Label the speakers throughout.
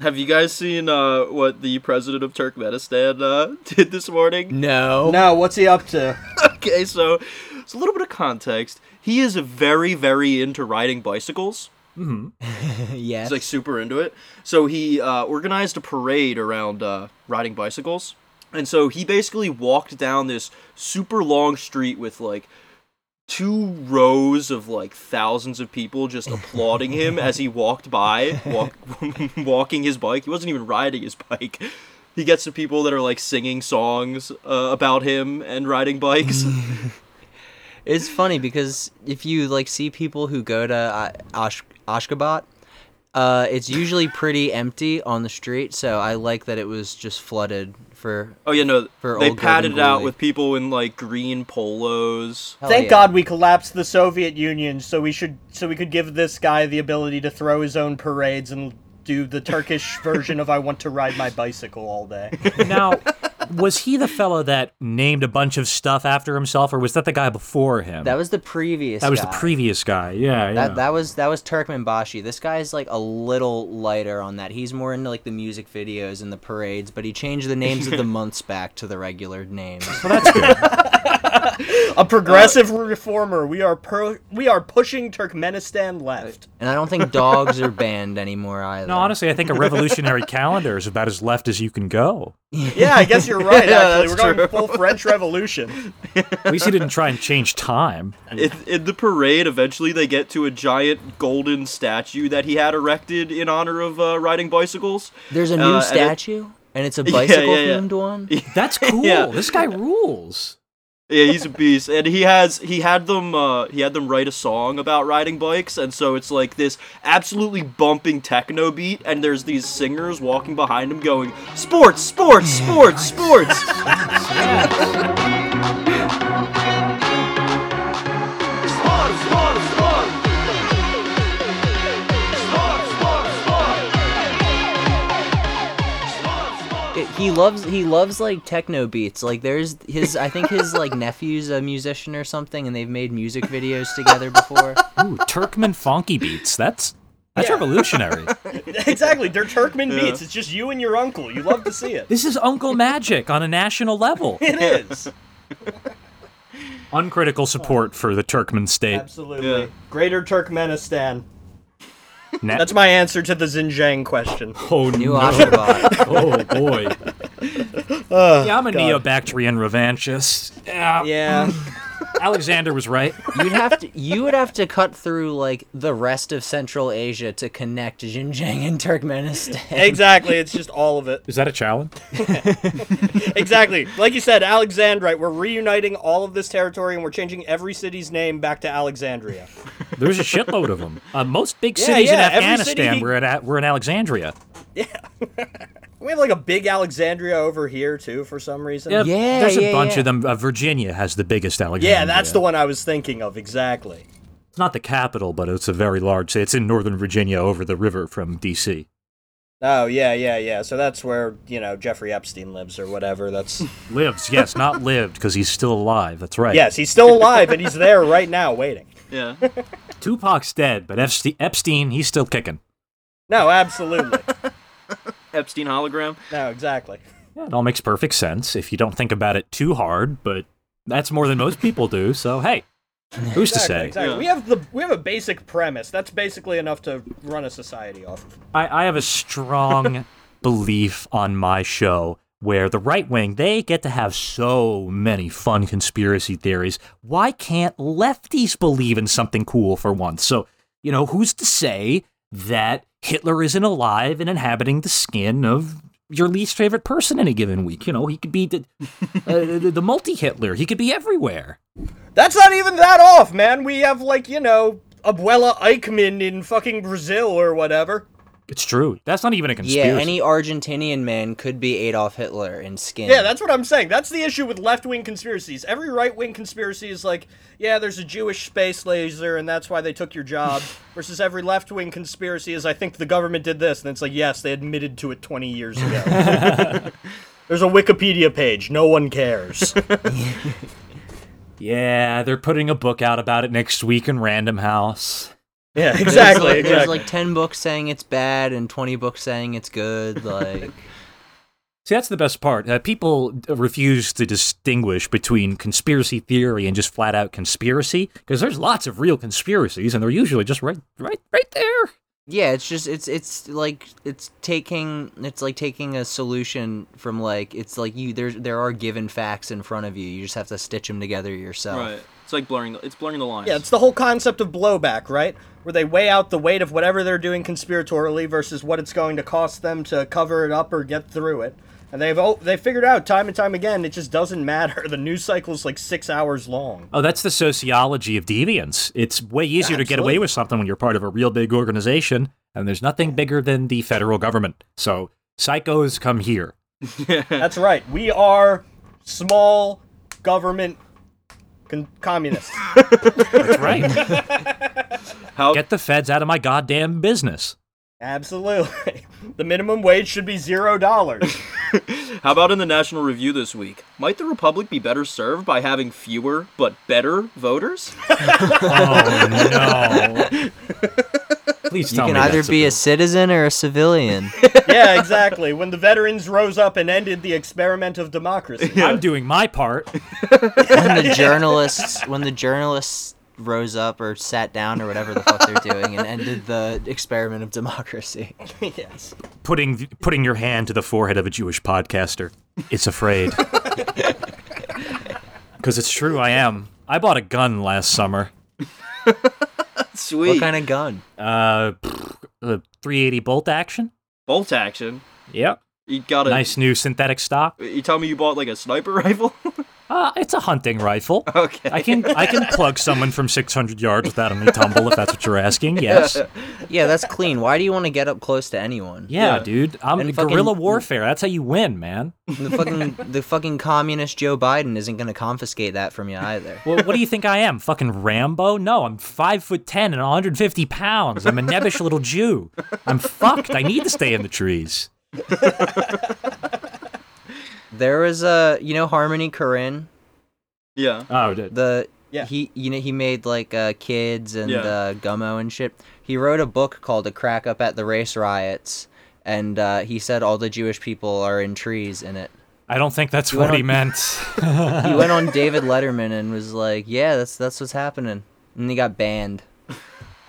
Speaker 1: Have you guys seen uh, what the president of Turkmenistan uh, did this morning?
Speaker 2: No.
Speaker 3: Now, what's he up to?
Speaker 1: okay, so it's a little bit of context. He is very, very into riding bicycles.
Speaker 2: yes.
Speaker 1: He's like super into it. So he uh, organized a parade around uh, riding bicycles, and so he basically walked down this super long street with like two rows of like thousands of people just applauding him as he walked by, walk- walking his bike. He wasn't even riding his bike. He gets the people that are like singing songs uh, about him and riding bikes.
Speaker 2: It's funny because if you like see people who go to uh, Ash- Ashgabat, uh, it's usually pretty empty on the street. So I like that it was just flooded for.
Speaker 1: oh yeah, no,
Speaker 2: For
Speaker 1: they
Speaker 2: old Golden
Speaker 1: padded it out
Speaker 2: Glory.
Speaker 1: with people in like green polos.
Speaker 2: Hell
Speaker 3: Thank
Speaker 2: yeah.
Speaker 3: God we collapsed the Soviet Union, so we should so we could give this guy the ability to throw his own parades and do the Turkish version of "I want to ride my bicycle all day."
Speaker 4: Now, was he the fellow that named a bunch of stuff after himself, or was that the guy before him?
Speaker 2: That was the previous.
Speaker 4: That was the
Speaker 2: guy.
Speaker 4: previous guy. Yeah, yeah.
Speaker 2: That, that was that was Turkmenbashi. This guy's like a little lighter on that. He's more into like the music videos and the parades, but he changed the names of the months back to the regular names.
Speaker 3: A progressive
Speaker 1: Uh,
Speaker 3: reformer, we are pro- we are pushing Turkmenistan left.
Speaker 2: And I don't think dogs are banned anymore either.
Speaker 4: no, honestly, I think a revolutionary calendar is about as left as you can go.
Speaker 3: Yeah, I guess you're right.
Speaker 1: Yeah,
Speaker 3: Actually,
Speaker 1: that's
Speaker 3: we're going
Speaker 1: true.
Speaker 3: full French Revolution.
Speaker 4: At least he didn't try and change time.
Speaker 1: In, in the parade, eventually they get to a giant golden statue that he had erected in honor of uh, riding bicycles.
Speaker 2: There's a new
Speaker 1: Uh, and it-
Speaker 2: statue, and, it's a
Speaker 1: yeah, yeah.
Speaker 2: bicycle themed one.
Speaker 4: That's cool.
Speaker 1: Yeah.
Speaker 4: This guy rules.
Speaker 1: yeah, he's a beast, and he has he had them uh, he had them write a song about riding bikes, and so it's like this absolutely bumping techno beat, and there's these singers walking behind him going sports, sports, sports, sports.
Speaker 2: It- he loves he loves like techno beats. Like there's his I think his like nephew's a musician or something, and they've made music videos together before.
Speaker 4: Ooh, Turkmen funky beats. That's that's revolutionary.
Speaker 3: exactly, they're Turkmen beats. It's just you and your uncle. You love to see it.
Speaker 4: This is Uncle Magic on a national level.
Speaker 3: It is
Speaker 4: Uncritical support for the Turkmen state.
Speaker 3: absolutely
Speaker 1: Yeah.
Speaker 3: Greater Turkmenistan.
Speaker 4: Na-
Speaker 3: That's my answer to the Xinjiang question.
Speaker 4: oh,
Speaker 2: New
Speaker 4: no.
Speaker 2: Ashgabat.
Speaker 4: oh boy.
Speaker 2: Oh,
Speaker 4: yeah, I'm a
Speaker 3: God.
Speaker 4: Neo-Bactrian revanchist. Yeah,
Speaker 3: Yeah.
Speaker 4: Alexander was right.
Speaker 2: You'd have to you would have to cut through like the rest of Central Asia to connect Xinjiang and Turkmenistan.
Speaker 3: Exactly, it's just all of it.
Speaker 4: Is that a challenge?
Speaker 3: Exactly. Like you said, Alexandrite, we're reuniting all of this territory and we're changing every city's name back to Alexandria.
Speaker 4: There's a shitload of them. Uh, most big
Speaker 3: Yeah,
Speaker 4: cities
Speaker 3: yeah,
Speaker 4: in
Speaker 3: every city
Speaker 4: Afghanistan
Speaker 3: he-
Speaker 4: were at were in Alexandria.
Speaker 3: We have like a big Alexandria over here too for some reason.
Speaker 4: Yeah,
Speaker 2: Yeah,
Speaker 4: there's a
Speaker 2: yeah,
Speaker 4: bunch
Speaker 2: yeah.
Speaker 4: of them. Uh, Virginia has the biggest Alexandria.
Speaker 3: Yeah, that's the one I was thinking of, exactly.
Speaker 4: It's not the capital, but it's a very large. city. It's in northern Virginia, over the river from D.C.
Speaker 3: Oh yeah, yeah, yeah. So that's where, you know, Jeffrey Epstein lives or whatever. That's
Speaker 4: Lives, yes, not lived, because he's still alive. That's right.
Speaker 3: Yes, he's still alive and he's there right now waiting.
Speaker 1: yeah,
Speaker 4: Tupac's dead, but Epste- Epstein, he's still kicking.
Speaker 3: No, absolutely.
Speaker 1: Epstein hologram.
Speaker 3: No, exactly.
Speaker 4: Yeah, it all makes perfect sense if you don't think about it too hard, but that's more than most people do. So hey, who's to
Speaker 3: Exactly,
Speaker 4: say?
Speaker 3: exactly.
Speaker 1: Yeah.
Speaker 3: We have the we have a basic premise. That's basically enough to run a society off of.
Speaker 4: I, I have a strong belief on my show where the right wing they get to have so many fun conspiracy theories. Why can't lefties believe in something cool for once? So you know, who's to say that Hitler isn't alive and inhabiting the skin of your least favorite person in a given week? You know, he could be the, uh, the multi Hitler. He could be everywhere.
Speaker 3: That's not even that off, man. We have like, you know, Abuela Eichmann in fucking Brazil or whatever.
Speaker 4: It's true. That's not even a conspiracy.
Speaker 2: Yeah, any Argentinian man could be Adolf Hitler in skin.
Speaker 3: Yeah, that's what I'm saying. That's the issue with left-wing conspiracies. Every right-wing conspiracy is like, yeah, there's a Jewish space laser and that's why they took your job. Versus every left-wing conspiracy is I think the government did this and it's like, yes, they admitted to it 20 years ago. there's a Wikipedia page. No one cares.
Speaker 4: Yeah, they're putting a book out about it next week in Random House.
Speaker 3: Yeah,
Speaker 2: There's,
Speaker 3: exactly.
Speaker 2: like, there's
Speaker 3: exactly.
Speaker 2: like ten books saying it's bad and twenty books saying it's good. Like
Speaker 4: See, that's the best part. Uh, people refuse to distinguish between conspiracy theory and just flat out conspiracy because there's lots of real conspiracies, and they're usually just right, right, right there.
Speaker 2: yeah, it's just it's it's like it's taking it's like taking a solution from like it's like you there's there are given facts in front of you. You just have to stitch them together
Speaker 4: Oh.
Speaker 2: yourself.
Speaker 1: Right. It's like blurring. The, it's blurring the lines.
Speaker 3: Yeah, it's the whole concept of blowback, right? Where they weigh out the weight of whatever they're doing conspiratorially versus what it's going to cost them to cover it up or get through it. And they've oh, they figured out time and time again it just doesn't matter. The news cycle's like six hours long.
Speaker 4: Oh, that's the sociology of deviance. It's way easier to get away
Speaker 3: Absolutely.
Speaker 4: with something when you're part of a real big organization, and there's nothing bigger than the federal government. So psychos come here.
Speaker 3: That's right. We are small government con- communists.
Speaker 4: That's right.
Speaker 1: How?
Speaker 4: Get the feds out of my goddamn business.
Speaker 3: Absolutely. The minimum wage should be zero dollars.
Speaker 1: How about in the National Review this week? Might the republic be better served by having fewer but better voters?
Speaker 4: Oh no! Please
Speaker 2: You
Speaker 4: tell
Speaker 2: can
Speaker 4: me
Speaker 2: either
Speaker 4: that's
Speaker 2: be a citizen or a civilian.
Speaker 3: yeah, exactly. When the veterans rose up and ended the experiment of democracy.
Speaker 4: I'm doing my part.
Speaker 2: when the journalists when the journalists rose up or sat down or whatever the fuck they're doing and ended the experiment of democracy.
Speaker 3: yes.
Speaker 4: putting putting your hand to the forehead of a Jewish podcaster. It's afraid. Because it's true, I am. I bought a gun last summer.
Speaker 1: Sweet.
Speaker 2: What kind of gun?
Speaker 4: Uh, a 380 bolt action.
Speaker 1: bolt action?
Speaker 4: Yep.
Speaker 1: You got a
Speaker 4: Nice new synthetic stock.
Speaker 1: You tell me you bought like a sniper rifle?
Speaker 4: Uh, it's a hunting rifle.
Speaker 1: okay.
Speaker 4: I can I can plug someone from 600 yards without any tumble if that's what you're asking. Yes. Yeah,
Speaker 2: Yeah, that's clean. Why do you want to get up close to anyone?
Speaker 1: Yeah.
Speaker 4: dude. I'm
Speaker 2: And fucking-
Speaker 4: guerrilla warfare. That's how you win, man.
Speaker 2: The fucking the fucking communist Joe Biden isn't going to confiscate that from you either.
Speaker 4: Well, what do you think I am? Fucking Rambo? No, I'm five foot ten and 150 pounds. I'm a nebbish little Jew. I'm fucked. I need to stay in the trees.
Speaker 2: There was a you know Harmony Korine,
Speaker 1: yeah.
Speaker 4: Oh,
Speaker 2: the
Speaker 3: Yeah.
Speaker 2: he you know he made like uh, kids and
Speaker 1: Yeah.
Speaker 2: uh, Gummo and shit. He wrote a book called "A Crack Up at the Race Riots," and uh, he said all the Jewish people are in trees in it.
Speaker 4: I don't think that's
Speaker 2: went
Speaker 4: what he
Speaker 2: on-
Speaker 4: meant.
Speaker 2: he went on David Letterman and was like, "Yeah, that's that's what's happening," and he got banned.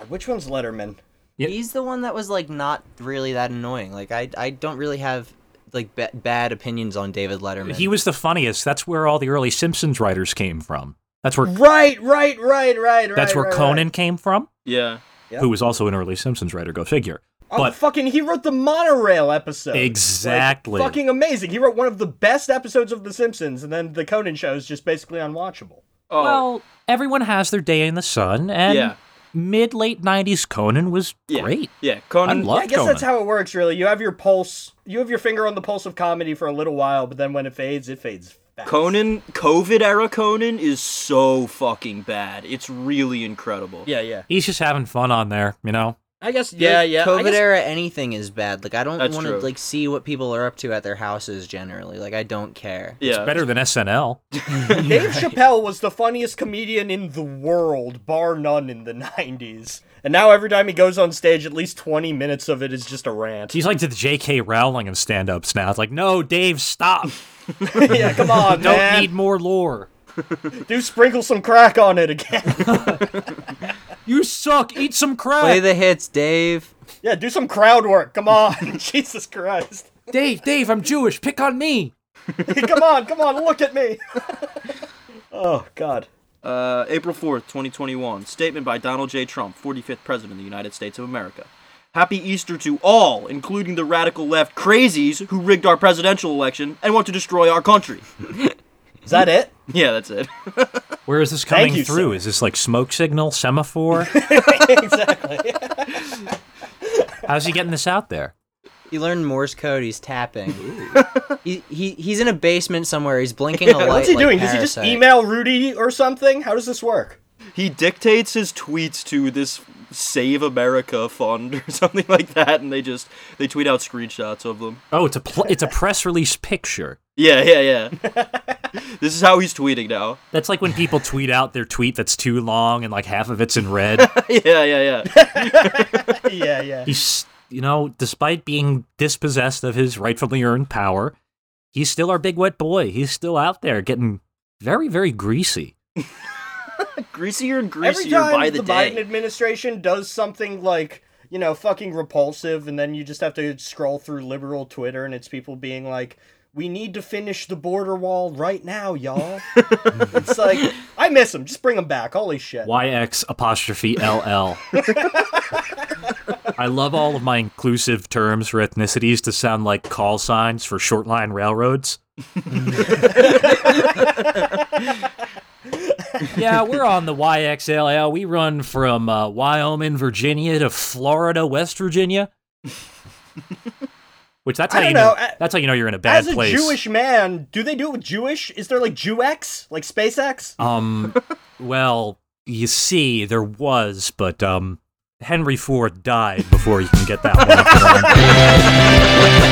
Speaker 3: Which one's Letterman?
Speaker 4: Yep.
Speaker 2: He's the one that was like not really that annoying. Like I I don't really have like ba- bad opinions on David Letterman.
Speaker 4: he was the funniest. That's where all the early Simpsons writers came from. That's where
Speaker 3: Right, right, right, right,
Speaker 4: that's
Speaker 3: Mm-hmm. right,
Speaker 4: where
Speaker 3: right,
Speaker 4: Conan
Speaker 3: right.
Speaker 4: came from,
Speaker 1: Yeah.
Speaker 3: Yep.
Speaker 4: who was also an early Simpsons writer. Go figure.
Speaker 3: Oh,
Speaker 4: But
Speaker 3: fucking, he wrote the monorail episode. Like,
Speaker 4: Exactly.
Speaker 3: fucking amazing. He wrote one of the best episodes of The Simpsons, and then the Conan show is just basically unwatchable.
Speaker 1: Oh.
Speaker 4: well, everyone has their day in the sun, and
Speaker 1: Yeah.
Speaker 4: mid late '90s Conan was
Speaker 1: yeah.
Speaker 4: great.
Speaker 1: Yeah. Conan.
Speaker 4: I love
Speaker 3: Yeah, I guess
Speaker 4: Conan.
Speaker 3: that's how it works, really. You have your pulse, you have your finger on the pulse of comedy for a little while, but then when it fades, it fades. Fast.
Speaker 1: Conan, COVID era Conan is so fucking bad. It's really incredible.
Speaker 3: Yeah, yeah.
Speaker 4: He's just having fun on there, you know.
Speaker 3: I guess. Yeah, yeah. I
Speaker 2: COVID
Speaker 3: guess-
Speaker 2: era anything is bad. Like I don't
Speaker 1: That's
Speaker 2: want to
Speaker 1: true.
Speaker 2: like see what people are up to at their houses generally. Like I don't care.
Speaker 1: Yeah.
Speaker 4: Better than SNL.
Speaker 3: Dave Chappelle was the funniest comedian in the world, bar none, in the 90s. And now every time he goes on stage, at least 20 minutes of it is just a rant.
Speaker 4: He's like to the J.K. Rowling of stand-ups now. It's like, no, Dave, stop.
Speaker 3: yeah, come on,
Speaker 4: Don't
Speaker 3: man.
Speaker 4: need more lore.
Speaker 3: Do sprinkle some crack on it again.
Speaker 4: You suck. Eat some
Speaker 2: Play
Speaker 4: crack.
Speaker 2: the hits, Dave.
Speaker 3: yeah, do some crowd work. Come on. Jesus Christ.
Speaker 4: Dave, Dave, I'm Jewish. Pick on me.
Speaker 3: come on, come on, look at me. oh, God.
Speaker 1: Uh, April 4th, 2021. Statement by Donald J. Trump, 45th President of the United States of America. Happy Easter to all, including the radical left crazies who rigged our presidential election and want to destroy our country.
Speaker 3: Is that it?
Speaker 1: Yeah, that's it.
Speaker 4: Where is this coming
Speaker 3: you,
Speaker 4: through?
Speaker 3: sir.
Speaker 4: Is this like smoke signal, semaphore?
Speaker 3: exactly.
Speaker 4: How's he getting this out there?
Speaker 2: He learned Morse code. He's tapping. he, he he's in a basement somewhere. He's blinking a light.
Speaker 3: What's he
Speaker 2: like
Speaker 3: doing? Does he just
Speaker 2: Parasite.
Speaker 3: email Rudy or something? How does this work?
Speaker 1: He dictates his tweets to this Save America fund or something like that, and they just they tweet out screenshots of them.
Speaker 4: Oh, it's a pl- it's a press release picture.
Speaker 1: Yeah, yeah, yeah. This is how he's tweeting now.
Speaker 4: That's like when people tweet out their tweet that's too long and like half of it's in red.
Speaker 1: yeah, yeah, yeah.
Speaker 3: yeah, yeah.
Speaker 4: he's, you know, despite being dispossessed of his rightfully earned power, he's still our big wet boy. He's still out there getting very, very greasy.
Speaker 1: Greasier and
Speaker 3: Every
Speaker 1: greasier
Speaker 3: time
Speaker 1: by the,
Speaker 3: the
Speaker 1: day.
Speaker 3: Biden administration does something like, you know, fucking repulsive, and then you just have to scroll through liberal Twitter and it's people being like, we need to finish the border wall right now, y'all. it's like, I miss him. Just bring him back. Holy shit.
Speaker 4: YX apostrophe LL. I love all of my inclusive terms for ethnicities to sound like call signs for short line railroads. yeah, we're on the YXLL. We run from uh, Wyoming, Virginia to Florida, West Virginia. Which that's
Speaker 3: I
Speaker 4: how you
Speaker 3: don't
Speaker 4: know,
Speaker 3: know, a-
Speaker 4: that's how you know you're in a bad
Speaker 3: As a
Speaker 4: place.
Speaker 3: Jewish man, do they do it with Jewish? Is there like Jewex? Like SpaceX?
Speaker 4: Um, well, you see, there was, but um, Henry Ford died before you can get that one. Up and running.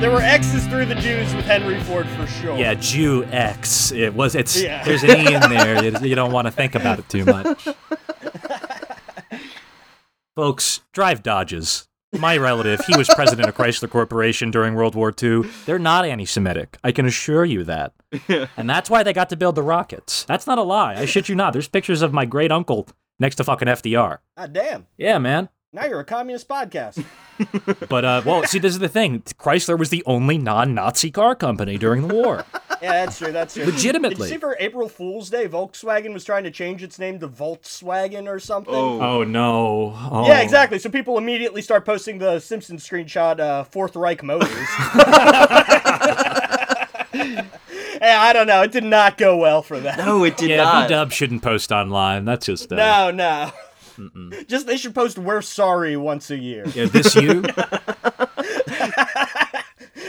Speaker 3: There were X's through the Jews with Henry Ford for sure.
Speaker 4: yeah, Jew X. It was. It's
Speaker 3: Yeah.
Speaker 4: there's an E in there. You, you don't want to think about it too much. Folks, drive Dodges. My relative, he was president of Chrysler Corporation during World War II. They're not anti-Semitic. I can assure you that. And that's why they got to build the rockets. That's not a lie. I shit you not. There's pictures of my great uncle next to fucking FDR.
Speaker 3: God damn.
Speaker 4: Yeah, man.
Speaker 3: Now you're a communist podcast.
Speaker 4: But uh, well, see, this is the thing. Chrysler was the only non-Nazi car company during the war.
Speaker 3: Yeah, that's true. That's true.
Speaker 4: Legitimately.
Speaker 3: Did you see for April Fool's Day, Volkswagen was trying to change its name to Volkswagen or something?
Speaker 1: Oh.
Speaker 4: no! Oh.
Speaker 3: Yeah, exactly. So people immediately start posting the Simpsons screenshot, uh, Fourth Reich Motors. hey, I don't know. It did not go well for that.
Speaker 1: No, it did
Speaker 4: Yeah,
Speaker 1: not.
Speaker 4: B Dub shouldn't post online. That's just uh,
Speaker 3: No, no. Just they should post "We're sorry" once a year.
Speaker 4: yeah, this you.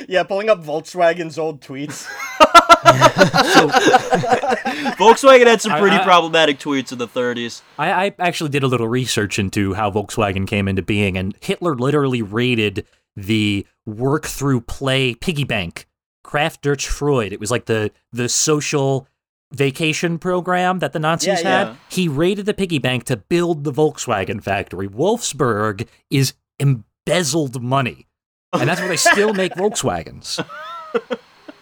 Speaker 3: Yeah, pulling up Volkswagen's old tweets.
Speaker 1: Volkswagen had some pretty
Speaker 4: I-
Speaker 1: problematic tweets in the 30s.
Speaker 4: I, I actually did a little research into how Volkswagen came into being, and Hitler literally raided the work through play piggy bank, Kraft durch Freud. It was like the the social vacation program that the Nazis
Speaker 3: Yeah,
Speaker 4: had.
Speaker 1: yeah.
Speaker 4: He raided the piggy bank to build the Volkswagen factory. Wolfsburg is embezzled money, and that's where they still make Volkswagens.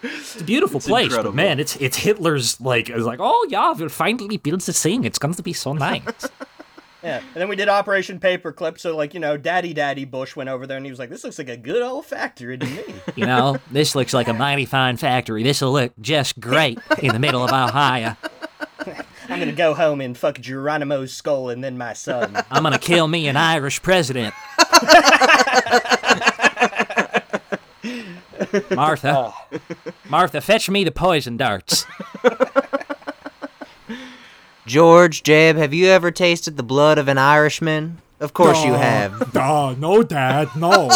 Speaker 4: It's a beautiful
Speaker 1: It's
Speaker 4: place,
Speaker 1: incredible.
Speaker 4: but man, it's it's Hitler's like it's like oh yeah, we'll finally build the thing. It's going to be so nice.
Speaker 3: Yeah, and then we did Operation Paperclip. So like you know, Daddy Daddy Bush went over there and he was like, "This looks like a good old factory to me."
Speaker 4: You know, this looks like a mighty fine factory. This will look just great in the middle of Ohio.
Speaker 3: I'm gonna go home and fuck Geronimo's skull and then my son.
Speaker 4: I'm going to kill me an Irish president. Martha, Martha, fetch me the poison darts.
Speaker 2: George, Jeb, have you ever tasted the blood of an Irishman? Of course you have.
Speaker 5: Duh, no, Dad, no.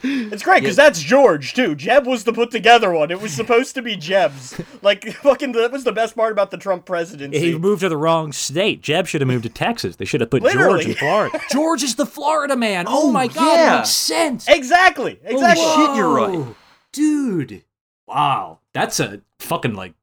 Speaker 3: It's great because that's George too. Jeb was the put together one. It was supposed to be Jeb's. Like fucking, that was the best part about the Trump
Speaker 4: He
Speaker 3: presidency.
Speaker 4: moved to the wrong state. Jeb should have moved to Texas. They should have put
Speaker 3: Literally.
Speaker 4: George in Florida. George is the Florida man. Oh, my God,
Speaker 1: yeah.
Speaker 4: it makes sense.
Speaker 3: Exactly. Exactly.
Speaker 1: Holy shit, you're right.
Speaker 4: Whoa, Dude. Wow. That's a fucking like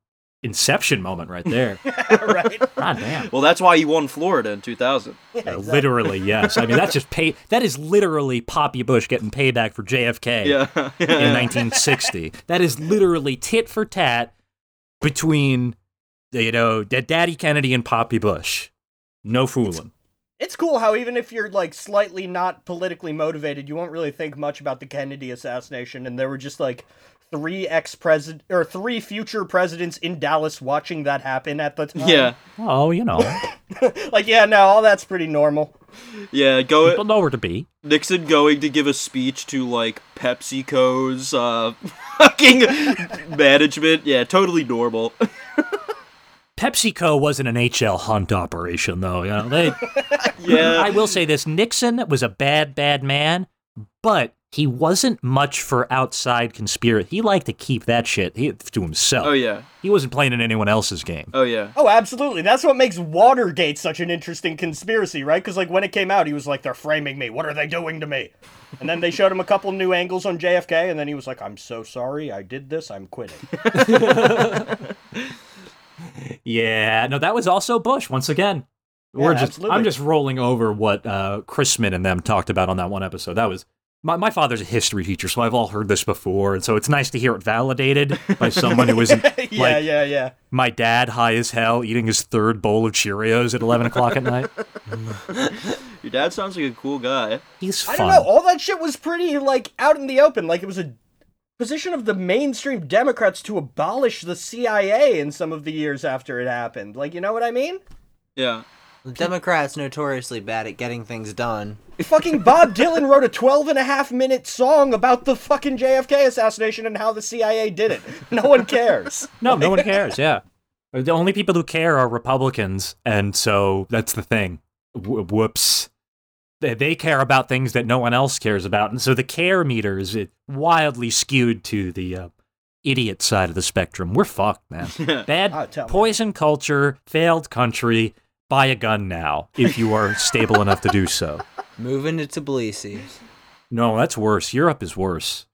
Speaker 4: inception moment right there.
Speaker 3: right.
Speaker 4: God damn. Uh,
Speaker 1: Well, that's why he won Florida in 2000.
Speaker 4: Literally, yes. I mean, that's just pay. That is literally Poppy Bush getting payback for JFK
Speaker 1: Yeah.
Speaker 4: in
Speaker 1: yeah.
Speaker 4: 1960. that is literally tit for tat between, you know, Da- Daddy Kennedy and Poppy Bush. No fooling.
Speaker 3: It's cool how even if you're like slightly not politically motivated, you won't really think much about the Kennedy assassination. And there were just like three ex president or three future presidents in Dallas watching that happen at the time.
Speaker 1: yeah.
Speaker 4: Oh, you know,
Speaker 3: Like yeah, no, all that's pretty normal.
Speaker 1: Yeah, go
Speaker 4: people know where to be.
Speaker 1: Nixon going to give a speech to like PepsiCo's uh fucking management. Yeah, totally normal.
Speaker 4: PepsiCo wasn't an HL Hunt operation, though. You know, they, I
Speaker 1: Yeah.
Speaker 4: will say this: Nixon was a bad, bad man, but he wasn't much for outside conspiracy. He liked to keep that shit he- to himself.
Speaker 1: Oh yeah.
Speaker 4: He wasn't playing in anyone else's game.
Speaker 1: Oh yeah.
Speaker 3: Oh, absolutely. That's what makes Watergate such an interesting conspiracy, right? Because, like, when it came out, he was like, they're framing me. What are they doing to me? And then they showed him a couple new angles on JFK, and then he was like, I'm so sorry. I did this. I'm quitting.
Speaker 4: Yeah, no, that was also Bush once again. We're just
Speaker 3: absolutely.
Speaker 4: I'm just rolling over what uh Chrisman and them talked about on that one episode. That was my, my father's a history teacher, so I've all heard this before, and so it's nice to hear it validated by someone who isn't like
Speaker 3: yeah, yeah, yeah.
Speaker 4: my dad high as hell eating his third bowl of Cheerios at eleven o'clock at night.
Speaker 1: Your dad sounds like a cool guy.
Speaker 4: He's
Speaker 3: I
Speaker 4: fun.
Speaker 3: don't know. All that shit was pretty, like, out in the open. Like, it was a position of the mainstream Democrats to abolish the CIA in some of the years after it happened. Like, you know what I mean?
Speaker 1: Yeah.
Speaker 2: The Democrats notoriously bad at getting things done.
Speaker 3: fucking Bob Dylan wrote a 12 and a half minute song about the fucking JFK assassination and how the CIA did it. No one cares.
Speaker 4: No, no one cares. Yeah, Uh, the only people who care are Republicans, and so that's the thing. Wh- whoops, they, they care about things that no one else cares about, and so the care meter is uh, wildly skewed to the uh, idiot side of the spectrum. We're fucked, man.
Speaker 3: Oh,
Speaker 4: Bad
Speaker 3: tell me.
Speaker 4: poison culture, failed country. Buy a gun now if you are stable enough to do so.
Speaker 2: Moving to Tbilisi.
Speaker 4: No, that's worse. Europe is worse.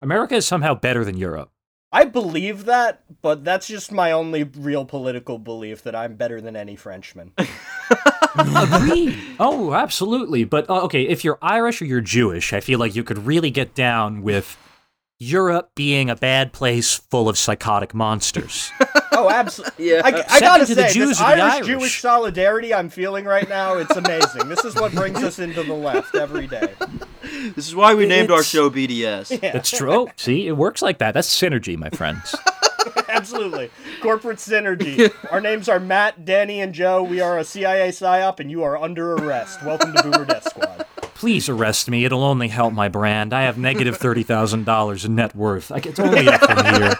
Speaker 4: America is somehow better than Europe.
Speaker 3: I believe that, but that's just my only real political belief that I'm better than any Frenchman.
Speaker 4: Agreed. oh, absolutely. But uh, okay, if you're Irish or you're Jewish, I feel like you could really get down with Europe being a bad place full of psychotic monsters.
Speaker 3: Oh, absolutely.
Speaker 1: Yeah.
Speaker 3: I, I
Speaker 4: Send
Speaker 3: gotta
Speaker 4: it to
Speaker 3: say,
Speaker 4: the Jews
Speaker 3: this
Speaker 4: or the
Speaker 3: Irish
Speaker 4: Irish.
Speaker 3: Jewish solidarity I'm feeling right now, it's amazing. this is what brings us into the left every day.
Speaker 1: This is why we named our
Speaker 4: It's-
Speaker 1: show BDS.
Speaker 3: Yeah,
Speaker 4: That's true. Oh, see, it works like that. That's synergy, my friends.
Speaker 3: absolutely. Corporate synergy. Our names are Matt, Danny, and Joe. We are a CIA PSYOP, and you are under arrest. Welcome to Boomer Death Squad.
Speaker 4: Please arrest me. It'll only help my brand. I have negative thirty thousand dollars in net worth. Like, it's only up from here.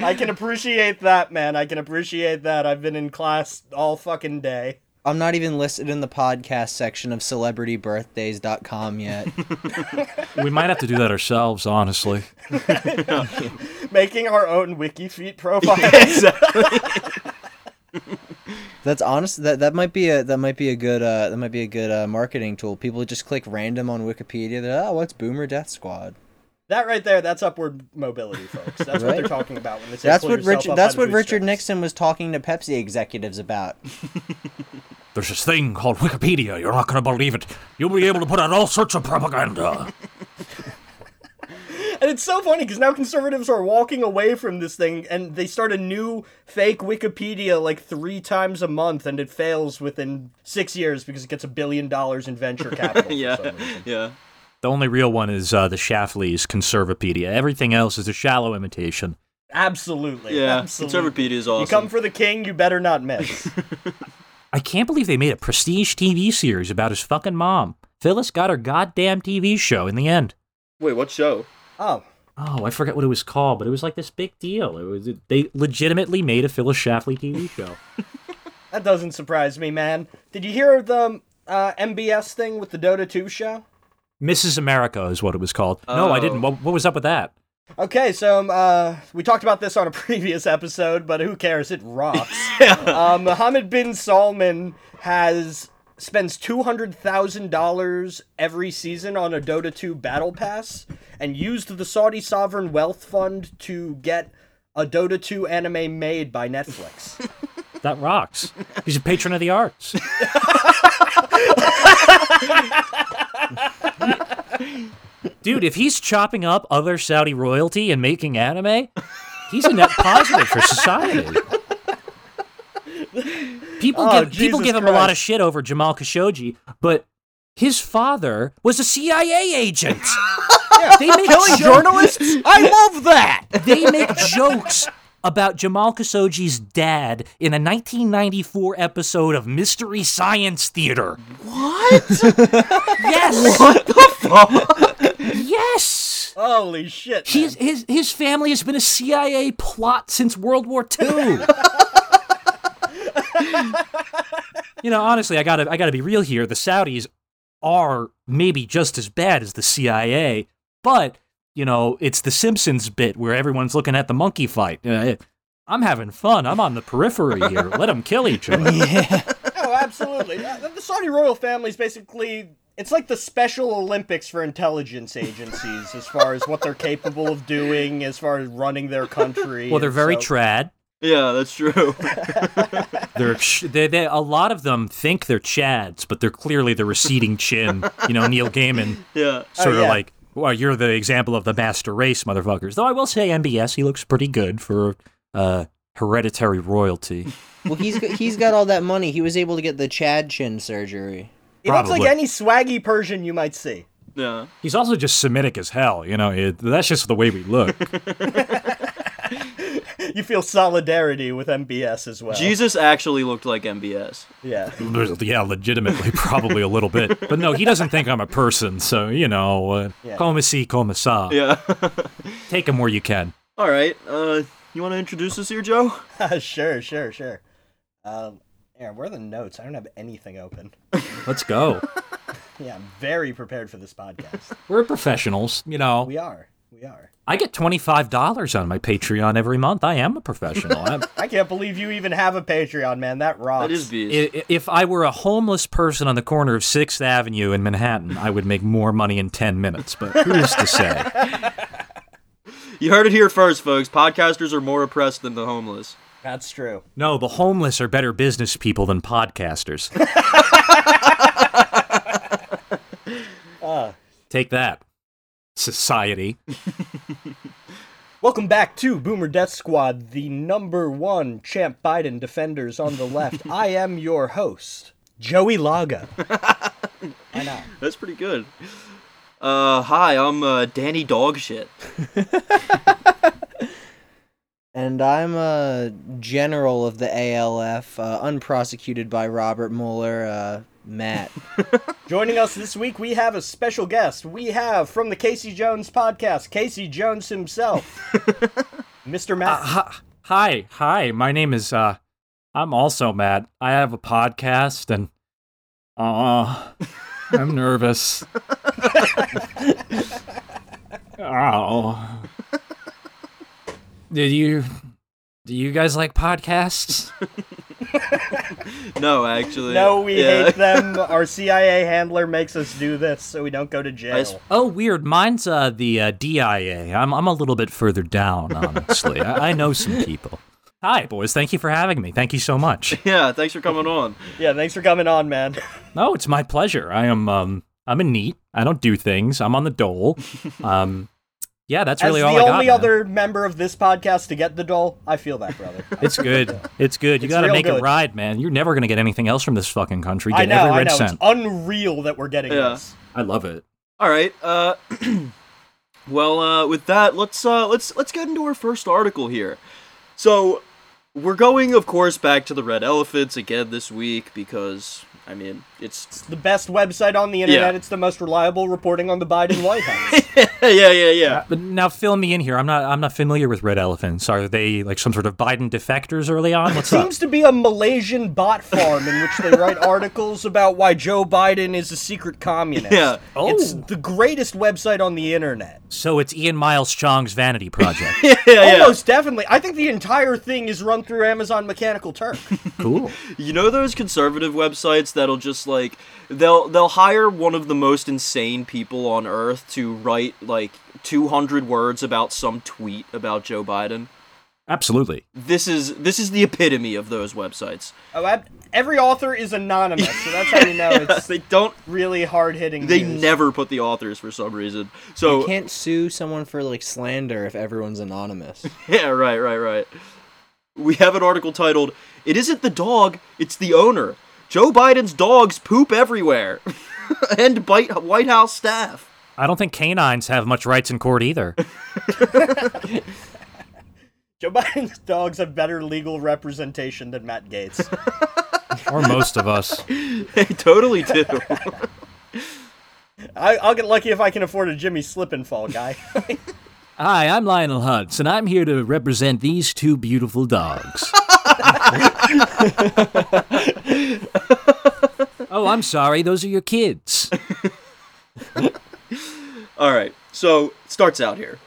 Speaker 3: I can appreciate that, man. I can appreciate that. I've been in class all fucking day.
Speaker 2: I'm not even listed in the podcast section of celebritybirthdays.com yet.
Speaker 4: We might have to do that ourselves, honestly.
Speaker 3: Making our own wiki feet profile.
Speaker 2: That's honest. That that might be a that might be a good uh, that might be a good uh, marketing tool. People just click random on Wikipedia. They're oh, what's Boomer Death Squad?
Speaker 3: That right there, that's upward mobility, folks. That's what
Speaker 2: Right.
Speaker 3: they're talking about when they say
Speaker 2: That's
Speaker 3: pull
Speaker 2: what
Speaker 3: yourself
Speaker 2: Richard.
Speaker 3: up
Speaker 2: That's
Speaker 3: by
Speaker 2: what
Speaker 3: the
Speaker 2: Richard
Speaker 3: bootstraps.
Speaker 2: Nixon was talking to Pepsi executives about.
Speaker 4: There's this thing called Wikipedia. You're not going to believe it. You'll be able to put out all sorts of propaganda.
Speaker 3: And it's so funny because now conservatives are walking away from this thing and they start a new fake Wikipedia like three times a month and it fails within six years because it gets a billion dollars in venture capital. yeah. For
Speaker 1: Yeah.
Speaker 3: some reason.
Speaker 1: Yeah.
Speaker 4: The only real one is uh, the Shafley's Conservapedia. Everything else is a shallow imitation.
Speaker 3: Absolutely.
Speaker 1: Yeah.
Speaker 3: Absolutely.
Speaker 1: Conservapedia is
Speaker 3: You come
Speaker 1: awesome.
Speaker 3: for the king, you better not miss.
Speaker 4: I can't believe they made a prestige TV series about his fucking mom. Phyllis got her goddamn TV show in the end.
Speaker 1: Wait, what show?
Speaker 3: oh.
Speaker 4: Oh, I forget what it was called, but it was like this big deal. It was they legitimately made a Phyllis Shafley TV show.
Speaker 3: That doesn't surprise me, man. Did you hear the uh, MBS thing with the Dota 2 show?
Speaker 4: Mrs. America is what it was called. No, I didn't.
Speaker 1: Oh.
Speaker 4: What, what was up with that?
Speaker 3: Okay, so um, uh, we talked about this on a previous episode, but who cares? It rocks. um, Mohammed bin Salman has spends two hundred thousand dollars every season on a Dota 2 battle pass, and used the Saudi sovereign wealth fund to get a Dota 2 anime made by Netflix.
Speaker 4: That rocks. He's a patron of the arts. Dude, if he's chopping up other Saudi royalty and making anime, he's a net positive for society. People
Speaker 3: Oh,
Speaker 4: give
Speaker 3: Jesus
Speaker 4: people give him a lot of
Speaker 3: Christ.
Speaker 4: shit over Jamal Khashoggi, but his father was a CIA agent. they make jokes-
Speaker 3: Journalists, I love that.
Speaker 4: they make jokes about Jamal Khashoggi's dad in a 1994 episode of Mystery Science Theater. What? yes. What the fuck? Yes.
Speaker 3: Holy shit! man.
Speaker 4: His, his, his family has been a CIA plot since World War II. you know, honestly, I gotta I gotta be real here. The Saudis are maybe just as bad as the CIA, but you know, it's the Simpsons bit where everyone's looking at the monkey fight. You know, it- I'm having fun. I'm on the periphery here. Let them kill each other.
Speaker 3: Oh, absolutely. Uh, the Saudi royal family is basically it's like the Special Olympics for intelligence agencies as far as what they're capable of doing, as far as running their country.
Speaker 4: Well, they're
Speaker 3: and
Speaker 4: very
Speaker 3: so-
Speaker 4: trad.
Speaker 1: Yeah, that's true.
Speaker 4: They're, ch- they they a lot of them think they're chads, but they're clearly the receding chin. You know, Neil Gaiman
Speaker 1: yeah.
Speaker 4: sort of
Speaker 3: Oh, yeah.
Speaker 4: like, well, you're the example of the master race, motherfuckers. Though I will say, MBS, he looks pretty good for uh, hereditary royalty.
Speaker 2: Well, he's got- he's got all that money. He was able to get the Chad chin surgery.
Speaker 3: He looks like
Speaker 4: Probably.
Speaker 3: any swaggy Persian you might see.
Speaker 1: Yeah.
Speaker 4: He's also just Semitic as hell. You know, it, that's just the way we look.
Speaker 3: You feel solidarity with MBS as well.
Speaker 1: Jesus actually looked like MBS.
Speaker 3: Yeah.
Speaker 4: yeah, legitimately, probably a little bit. But no, he doesn't think I'm a person. So, you know, uh,
Speaker 3: Yeah.
Speaker 4: come see, come sa.
Speaker 1: Yeah.
Speaker 4: Take him where you can.
Speaker 1: All right. Uh, you want to introduce us here, Joe?
Speaker 3: sure, sure, sure. Um, Aaron, where are the notes? I don't have anything open.
Speaker 4: Let's go.
Speaker 3: Yeah, I'm very prepared for this podcast.
Speaker 4: We're professionals, you know.
Speaker 3: we are. We are.
Speaker 4: I get $25 on my Patreon every month. I am a professional. I'm,
Speaker 3: I can't believe you even have a Patreon, man. That rocks.
Speaker 1: That is beast.
Speaker 4: I- if I were a homeless person on the corner of Sixth Avenue in Manhattan, I would make more money in ten minutes. But who's to say?
Speaker 1: you heard it here first, folks. Podcasters are more oppressed than the homeless.
Speaker 3: That's true.
Speaker 4: No, the homeless are better business people than podcasters. Take that, society.
Speaker 3: Welcome back to Boomer Death Squad, the number one Champ Biden defenders on the left. I am your host, Joey Laga. I know.
Speaker 1: That's pretty good. Uh, hi, I'm uh, Danny Dogshit.
Speaker 2: And I'm a general of the ALF, uh, unprosecuted by Robert Mueller. Uh, Matt,
Speaker 3: Joining us this week, we have a special guest. We have from the Casey Jones podcast, Casey Jones himself, Mr. Matt.
Speaker 4: Ah, Hi, hi. My name is. uh I'm also Matt. I have a podcast, and uh, I'm nervous. oh, do you do you guys like podcasts?
Speaker 1: No, actually.
Speaker 3: no, we
Speaker 1: Yeah.
Speaker 3: hate them. Our CIA handler makes us do this so we don't go to jail.
Speaker 1: s-
Speaker 4: Oh, weird. Mine's uh, the uh, DIA. I'm I'm a little bit further down, honestly. I, I know some people. Hi, boys. Thank you for having me. Thank you so much.
Speaker 1: Yeah, thanks for coming on.
Speaker 3: Yeah, thanks for coming on, man.
Speaker 4: No, it's my pleasure. I am um I'm a neat. I don't do things. I'm on the dole. Um yeah, that's really
Speaker 3: As
Speaker 4: all
Speaker 3: the
Speaker 4: I
Speaker 3: only
Speaker 4: got. man.
Speaker 3: other member of this podcast to get the doll, I feel that, brother.
Speaker 4: It's good. It's good. You got to
Speaker 3: real
Speaker 4: make it
Speaker 3: good.
Speaker 4: ride, man. You're never going to get anything else from this fucking country. Get
Speaker 3: I know,
Speaker 4: every
Speaker 3: I
Speaker 4: red
Speaker 3: know. It's
Speaker 4: cent.
Speaker 3: unreal that we're getting
Speaker 1: Yeah.
Speaker 3: this.
Speaker 4: I love it.
Speaker 1: All right. Uh, well, uh, with that, let's uh, let's let's get into our first article here. So we're going, of course, back to the red elephants again this week because I mean it's
Speaker 3: The best website on the internet.
Speaker 1: Yeah.
Speaker 3: It's the most reliable reporting on the Biden White House.
Speaker 1: yeah, yeah, yeah.
Speaker 4: But now fill me in here. I'm not I'm not familiar with red elephants. Are they like some sort of Biden defectors early on? What's up?
Speaker 3: Seems to be a Malaysian bot farm in which they write articles about why Joe Biden is a secret communist.
Speaker 1: Yeah.
Speaker 3: It's
Speaker 4: Oh.
Speaker 3: the greatest website on the internet.
Speaker 4: So it's Ian Miles Chong's vanity project.
Speaker 3: Almost definitely. I think the entire thing is run through Amazon Mechanical Turk.
Speaker 4: cool.
Speaker 1: You know those conservative websites that'll just like they'll they'll hire one of the most insane people on earth to write like 200 words about some tweet about Joe Biden.
Speaker 4: Absolutely.
Speaker 1: This is this is the epitome of those websites.
Speaker 3: oh, I, every author is anonymous, so that's how you know it's
Speaker 1: They don't
Speaker 3: really hard hitting.
Speaker 1: they never put the authors for some reason. So
Speaker 2: you can't sue someone for like slander if everyone's anonymous.
Speaker 1: Yeah, right, right, right. We have an article titled "It Isn't the Dog, It's the Owner." Joe Biden's dogs poop everywhere and bite White House staff.
Speaker 4: I don't think canines have much rights in court either.
Speaker 3: Joe Biden's dogs have better legal representation than Matt Gates.
Speaker 4: or most of us.
Speaker 1: They totally do.
Speaker 3: I, I'll get lucky if I can afford a Jimmy slip and fall guy.
Speaker 4: Hi, I'm Lionel Hutz, and I'm here to represent these two beautiful dogs. Oh, I'm sorry. Those are your kids.
Speaker 1: All right, so it starts out here.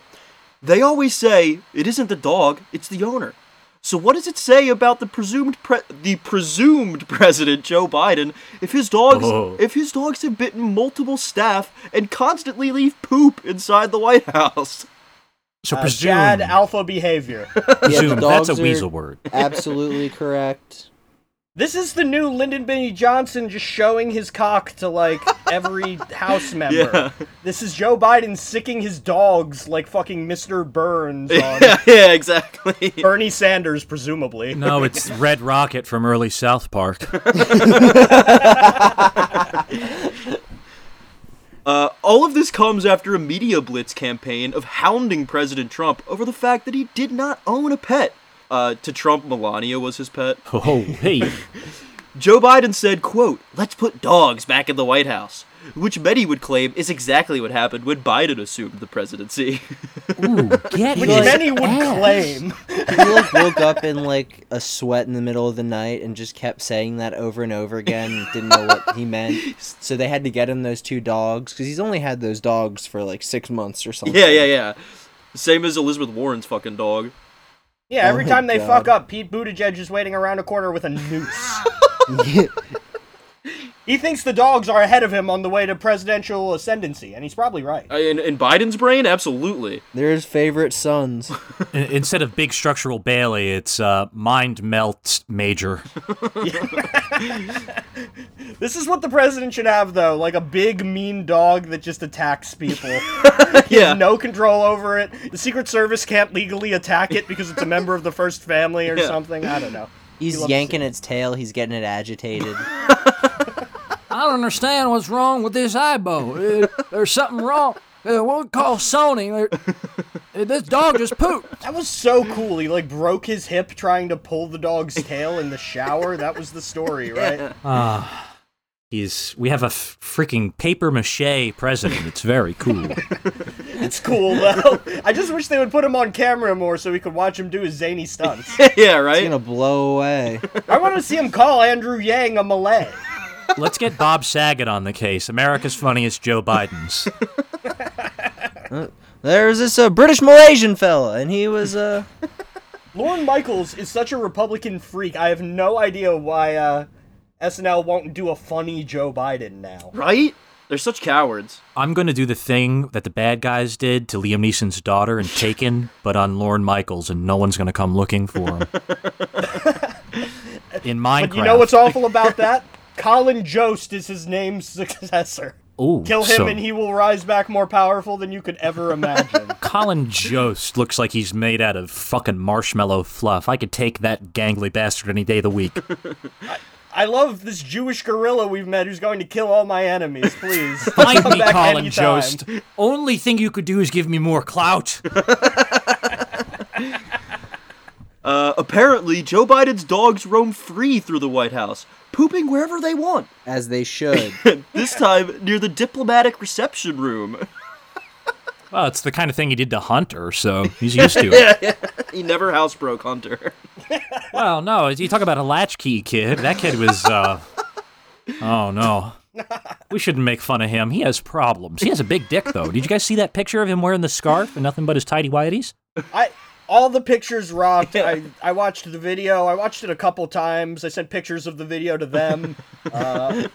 Speaker 1: They always say it isn't the dog, it's the owner. So what does it say about the presumed pre- the presumed president Joe Biden if his dogs
Speaker 4: Oh.
Speaker 1: if his dogs have bitten multiple staff and constantly leave poop inside the White House?
Speaker 4: So
Speaker 3: Uh,
Speaker 4: presume.
Speaker 3: Chad alpha behavior.
Speaker 4: presume.
Speaker 2: Yeah, the
Speaker 4: That's a
Speaker 2: dogs are-
Speaker 4: weasel word.
Speaker 2: Absolutely correct.
Speaker 3: This is the new Lyndon B. Johnson just showing his cock to like every house member.
Speaker 1: Yeah.
Speaker 3: This is Joe Biden sicking his dogs like fucking Mr. Burns on
Speaker 1: yeah, yeah, exactly.
Speaker 3: Bernie Sanders, presumably.
Speaker 4: No, it's Red Rocket from early South Park.
Speaker 1: Uh, all of this comes after a media blitz campaign of hounding President Trump over the fact that he did not own a pet. Uh, to Trump, Melania was his pet.
Speaker 4: Oh, hey.
Speaker 1: Joe Biden said, quote, let's put dogs back in the White House, which many would claim is exactly what happened when Biden assumed the presidency.
Speaker 4: Ooh, get
Speaker 3: Which
Speaker 4: his
Speaker 3: many would
Speaker 4: ass.
Speaker 3: claim.
Speaker 2: He like woke up in like a sweat in the middle of the night and just kept saying that over and over again. and Didn't know what he meant, so they had to get him those two dogs because he's only had those dogs for like six months or something.
Speaker 1: yeah, yeah, yeah. Same as Elizabeth Warren's fucking dog.
Speaker 3: Yeah, every
Speaker 2: Oh,
Speaker 3: time they
Speaker 2: God.
Speaker 3: fuck up, Pete Buttigieg is waiting around a corner with a noose.
Speaker 2: yeah.
Speaker 3: he thinks the dogs are ahead of him on the way to presidential ascendancy, and he's probably right.
Speaker 1: Uh, In, in Biden's brain, absolutely.
Speaker 2: They're his favorite sons.
Speaker 4: In- Instead of big structural Bailey, it's uh, mind melt major.
Speaker 3: This is what the president should have, though, like a big mean dog that just attacks people.
Speaker 1: Yeah.
Speaker 3: no control over it. The Secret Service can't legally attack it because it's a member of the first family or
Speaker 1: Yeah.
Speaker 3: something. I don't know.
Speaker 2: He's
Speaker 3: loves
Speaker 2: yanking its tail. He's getting it agitated.
Speaker 6: I don't understand what's wrong with this eyeball. Uh, there's something wrong. Uh, what we call Sony? Uh, uh, this dog just pooped.
Speaker 3: That was so cool. He like broke his hip trying to pull the dog's tail in the shower. That was the story, right?
Speaker 4: He's we have a f- freaking paper mache president. It's very cool.
Speaker 3: It's cool though. I just wish they would put him on camera more so we could watch him do his zany stunts.
Speaker 1: yeah,
Speaker 2: It's
Speaker 1: right?
Speaker 2: gonna blow away.
Speaker 3: I want to see him call Andrew Yang a Malay.
Speaker 4: Let's get Bob Saget on the case. America's funniest Joe Biden's.
Speaker 2: There was this uh, British Malaysian fella, and he was uh,
Speaker 3: Lorne Michaels is such a Republican freak. I have no idea why uh, SNL won't do a funny Joe Biden now.
Speaker 1: Right? They're such cowards.
Speaker 4: I'm going to do the thing that the bad guys did to Liam Neeson's daughter in Taken, but on Lorne Michaels, and no one's going to come looking for him. In Minecraft.
Speaker 3: But you know what's awful about that? Colin Jost is his name's successor.
Speaker 4: Ooh,
Speaker 3: Kill him
Speaker 4: so
Speaker 3: and he will rise back more powerful than you could ever imagine.
Speaker 4: Colin Jost looks like he's made out of fucking marshmallow fluff. I could take that gangly bastard any day of the week.
Speaker 3: I love this Jewish gorilla we've met who's going to kill all my enemies, please.
Speaker 4: Find
Speaker 3: Come
Speaker 4: me,
Speaker 3: back
Speaker 4: Colin
Speaker 3: anytime.
Speaker 4: Jost. Only thing you could do is give me more clout.
Speaker 1: Uh, apparently, Joe Biden's dogs roam free through the White House, pooping wherever they want.
Speaker 2: as they should.
Speaker 1: This time, near the diplomatic reception room.
Speaker 4: Well, it's the kind of thing he did to Hunter, so he's used to it.
Speaker 1: he never housebroke Hunter.
Speaker 4: Well, no, you talk about a latchkey kid. That kid was, uh, oh no. We shouldn't make fun of him. He has problems. He has a big dick, though. Did you guys see that picture of him wearing the scarf and nothing but his tidy whities?
Speaker 3: I all the pictures rocked. I, I watched the video. I watched it a couple times. I sent pictures of the video to them.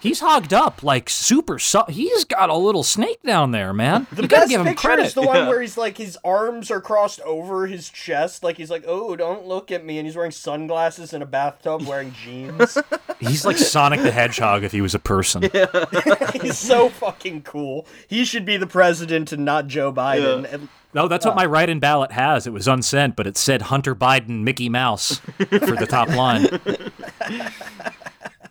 Speaker 4: He's hogged up like super. Su- he's got a little snake down there, man.
Speaker 3: The
Speaker 4: you gotta
Speaker 3: best
Speaker 4: give him
Speaker 3: picture
Speaker 4: credit.
Speaker 3: is the one where he's like his arms are crossed over his chest, like he's like, "Oh, don't look at me," and he's wearing sunglasses in a bathtub, wearing jeans.
Speaker 4: He's like Sonic the Hedgehog if he was a person.
Speaker 3: he's so fucking cool. He should be the president and not Joe Biden. And
Speaker 4: No, that's what my write-in ballot has. It was unsent, but it said Hunter Biden, Mickey Mouse for the top line.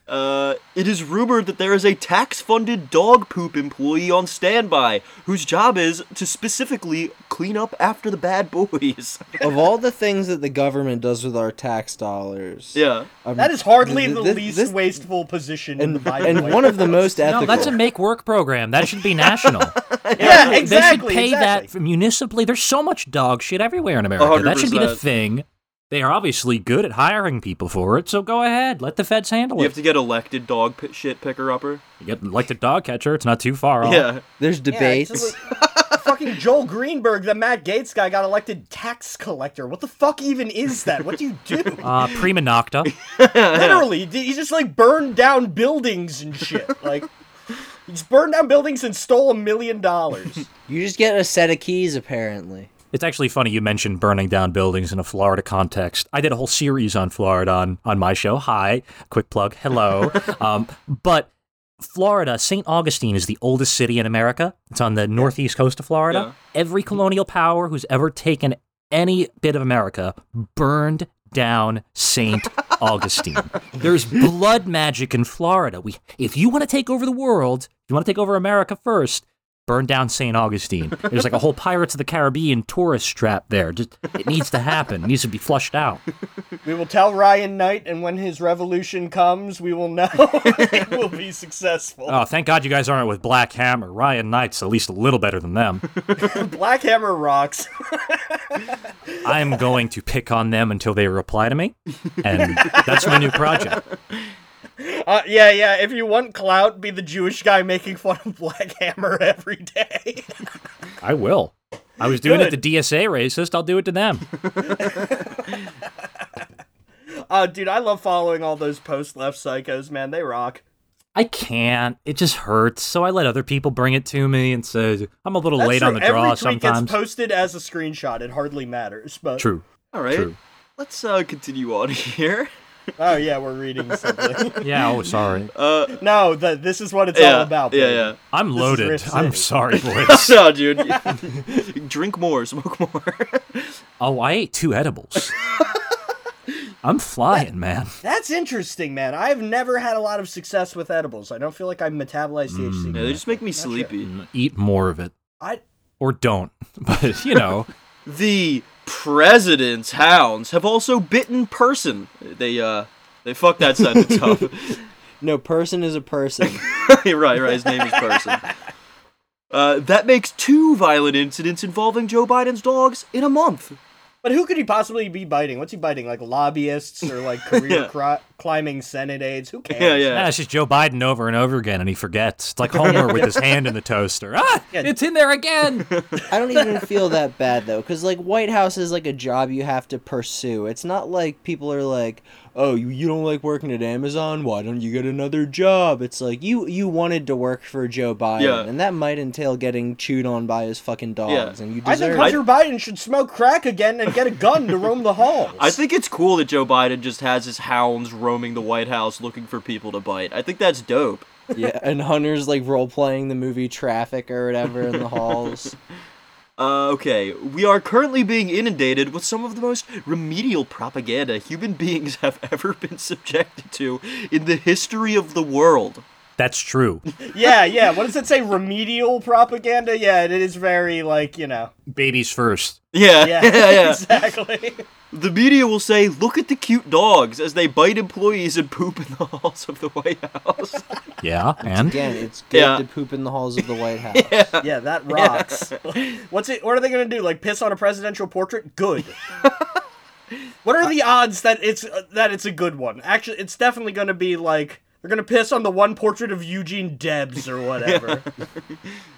Speaker 1: Uh, it is rumored that there is a tax funded dog poop employee on standby whose job is to specifically clean up after the bad boys.
Speaker 2: of all the things that the government does with our tax dollars,
Speaker 1: yeah.
Speaker 2: um,
Speaker 3: That is hardly
Speaker 2: th-
Speaker 3: the
Speaker 2: th-
Speaker 3: least
Speaker 2: this-
Speaker 3: wasteful position in the
Speaker 2: and,
Speaker 3: Biden.
Speaker 2: and
Speaker 3: White
Speaker 2: one of the
Speaker 3: House.
Speaker 2: most ethical.
Speaker 4: No, that's a make work program. That should be national.
Speaker 3: yeah,
Speaker 4: They should
Speaker 3: exactly.
Speaker 4: pay
Speaker 3: exactly.
Speaker 4: that municipally. There's so much dog shit everywhere in America. That should be the
Speaker 1: 100%.
Speaker 4: thing They are obviously good at hiring people for it, so go ahead. Let the feds handle
Speaker 1: You
Speaker 4: it.
Speaker 1: have to get elected dog p- shit picker upper.
Speaker 4: You get like the dog catcher, it's not too
Speaker 3: Uh-huh.
Speaker 4: far off.
Speaker 1: Yeah.
Speaker 2: There's
Speaker 3: Yeah,
Speaker 2: debates.
Speaker 3: it's just like- fucking Joel Greenberg, the Matt Gates guy, got elected tax collector. What the fuck even is that? What do you do?
Speaker 4: Uh, prima nocta.
Speaker 3: Literally, d- he just like burned down buildings and shit. Like, he just burned down buildings and stole a million dollars.
Speaker 2: you just get a set of keys, apparently.
Speaker 4: It's actually funny you mentioned burning down buildings in a Florida context. I did a whole series on Florida on, on my show. Hi, quick plug. Hello. um, but Florida, St. Augustine is the oldest city in America. It's on the northeast coast of Florida. Every colonial power who's ever taken any bit of America burned down St. Augustine. There's blood magic in Florida. We, if you want to take over the world, you want to take over America first, burn down St. Augustine. There's like a whole Pirates of the Caribbean tourist trap there. Just it needs to happen. It needs to be flushed out.
Speaker 3: we will tell Ryan Knight, and when his revolution comes, we will know it will be successful.
Speaker 4: Oh, thank God you guys aren't with Black Hammer. Ryan Knight's at least a little better than them.
Speaker 3: Black Hammer rocks.
Speaker 4: I am going to pick on them until they reply to me, and that's my new project.
Speaker 3: Uh, yeah, yeah. If you want clout, be the Jewish guy making fun of Black Hammer every day.
Speaker 4: I will. I was doing it
Speaker 3: Good.
Speaker 4: to DSA racist. I'll do it to them.
Speaker 3: Uh, dude, I love following all those post-left psychos, man. They rock.
Speaker 4: I can't. It just hurts. So I let other people bring it to me, and so I'm a little
Speaker 3: That's
Speaker 4: late on the
Speaker 3: true.
Speaker 4: draw
Speaker 3: Every tweet
Speaker 4: sometimes.
Speaker 3: gets posted as a screenshot. It hardly matters. But
Speaker 4: True.
Speaker 1: All right.
Speaker 4: True.
Speaker 1: Let's uh, continue on here.
Speaker 3: oh yeah, we're reading something.
Speaker 4: Yeah. Oh, sorry.
Speaker 3: no, the, this is what it's
Speaker 1: yeah.
Speaker 3: all about.
Speaker 1: Yeah,
Speaker 3: baby.
Speaker 1: yeah.
Speaker 4: I'm
Speaker 3: Uh, is
Speaker 4: loaded.
Speaker 3: Rift
Speaker 4: I'm
Speaker 3: City.
Speaker 4: sorry, boys.
Speaker 1: No, dude. Drink more, smoke more.
Speaker 4: Oh, I ate two edibles. I'm flying, man.
Speaker 3: That's interesting, man. I've never had a lot of success with edibles. I don't feel like I metabolize THC.
Speaker 1: Mm, Yeah, they just make me sleepy.
Speaker 4: Eat more of it.
Speaker 3: I
Speaker 4: Or don't. But, you know,
Speaker 1: The president's hounds have also bitten person. They uh they fuck that sentence up.
Speaker 2: No, person is a person.
Speaker 1: right, right. His name is person. Uh, that makes two violent incidents involving Joe Biden's dogs in a month.
Speaker 3: But who could he possibly be biting? What's he biting? Like lobbyists or like career
Speaker 1: Yeah.
Speaker 3: cri- climbing senate aides? Who cares?
Speaker 1: Yeah, yeah.
Speaker 4: that's just Joe Biden over and over again, and he forgets. It's like Homer with his hand in the toaster. Ah, it's in there again.
Speaker 2: I don't even feel that bad though, because like White House is like a job you have to pursue. It's not like people are like, "Oh, you, you don't like working at Amazon? Why don't you get another job?" It's like you you wanted to work for Joe Biden,
Speaker 1: Yeah.
Speaker 2: and that might entail getting chewed on by his fucking dogs, and you
Speaker 3: I think
Speaker 2: deserve. it.
Speaker 3: Hunter Biden should smoke crack again and get a gun to roam the halls.
Speaker 1: I think it's cool that Joe Biden just has his hounds roaming the White House looking for people to bite. I think that's dope.
Speaker 2: yeah, and Hunter's like role playing the movie Traffic or whatever in the halls.
Speaker 1: Uh, okay, we are currently being inundated with some of the most remedial propaganda human beings have ever been subjected to in the history of the world.
Speaker 4: That's true.
Speaker 3: yeah, yeah. What does it say? Remedial propaganda? Yeah, it is very like, you know.
Speaker 4: Babies first.
Speaker 1: Yeah,
Speaker 3: Yeah,
Speaker 1: yeah, yeah.
Speaker 3: exactly.
Speaker 1: The media will say, look at the cute dogs as they bite employees and poop in the halls of the White House.
Speaker 4: Yeah, and?
Speaker 2: Again, it's good
Speaker 1: Yeah.
Speaker 2: to poop in the halls of the White House.
Speaker 3: yeah, that rocks. What's it what are they going to do? Like piss on a presidential portrait? Good. what are the odds that it's uh, that it's a good one? Actually, it's definitely going to be like they're going to piss on the one portrait of Eugene Debs or whatever.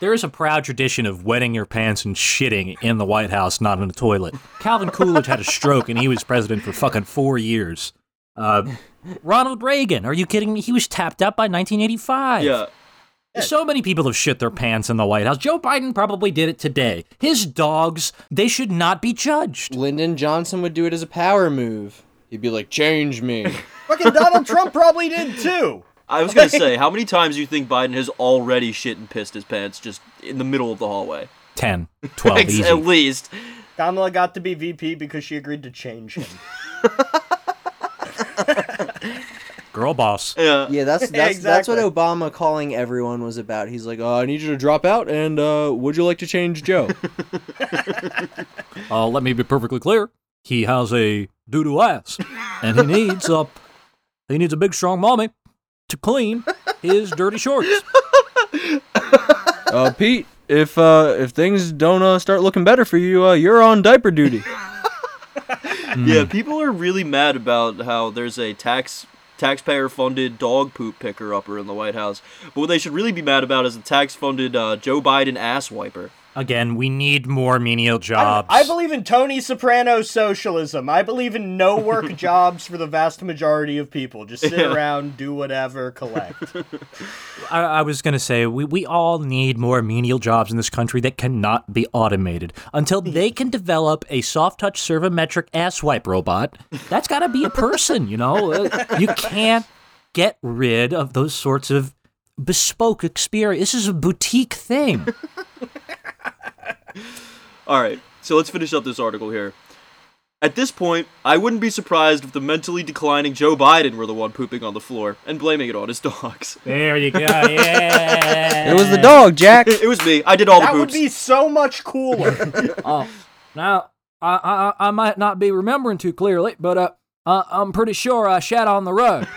Speaker 4: There is a proud tradition of wetting your pants and shitting in the White House, not in the toilet. Calvin Coolidge had a stroke, and he was president for fucking four years. Uh, Ronald Reagan, are you kidding me? He was tapped out by 1985.
Speaker 1: yeah.
Speaker 4: So many people have shit their pants in the White House. Joe Biden probably did it today. His dogs, they should not be judged.
Speaker 2: Lyndon Johnson would do it as a power move. He'd be like, "Change me."
Speaker 3: Fucking Donald Trump probably did too.
Speaker 1: I was gonna say, how many times do you think Biden has already shit and pissed his pants just in the middle of the hallway?
Speaker 4: 10, 12,
Speaker 1: Ex- At
Speaker 4: easy.
Speaker 1: least.
Speaker 3: Kamala got to be VP because she agreed to change him.
Speaker 4: Girl boss.
Speaker 1: Yeah.
Speaker 2: Yeah, that's that's that's what
Speaker 3: exactly.
Speaker 2: Obama calling everyone was about. He's like, "Oh, I need you to drop out, and uh, would you like to change Joe?"
Speaker 4: Uh, let me be perfectly clear. He has a doo-doo ass, and he needs a, he needs a big, strong mommy to clean his dirty shorts.
Speaker 2: uh, Pete, if uh, if things don't uh, start looking better for you, uh, you're on diaper duty.
Speaker 1: Yeah, people are really mad about how there's a tax taxpayer-funded dog poop picker upper in the White House. But what they should really be mad about is the tax-funded uh, Joe Biden ass wiper.
Speaker 4: Again, we need more menial jobs.
Speaker 3: I believe in Tony Soprano socialism. I believe in no work jobs for the vast majority of people. Just sit around, do whatever, collect.
Speaker 4: I, I was going to say we, we all need more menial jobs in this country that cannot be automated until they can develop a soft touch servometric ass wipe robot. That's got to be a person, you know? Uh, You can't get rid of those sorts of bespoke experience. This is a boutique thing.
Speaker 1: All right, so let's finish up this article here. At this point, I wouldn't be surprised if the mentally declining Joe Biden were the one pooping on the floor and blaming it on his dogs.
Speaker 4: There you go. Yeah.
Speaker 2: It was the dog, Jack.
Speaker 1: It was me. I did all
Speaker 3: That
Speaker 1: the
Speaker 3: would
Speaker 1: poops.
Speaker 3: be so much cooler.
Speaker 6: Oh, now I, I I might not be remembering too clearly, but uh, I, I'm pretty sure I shat on the rug.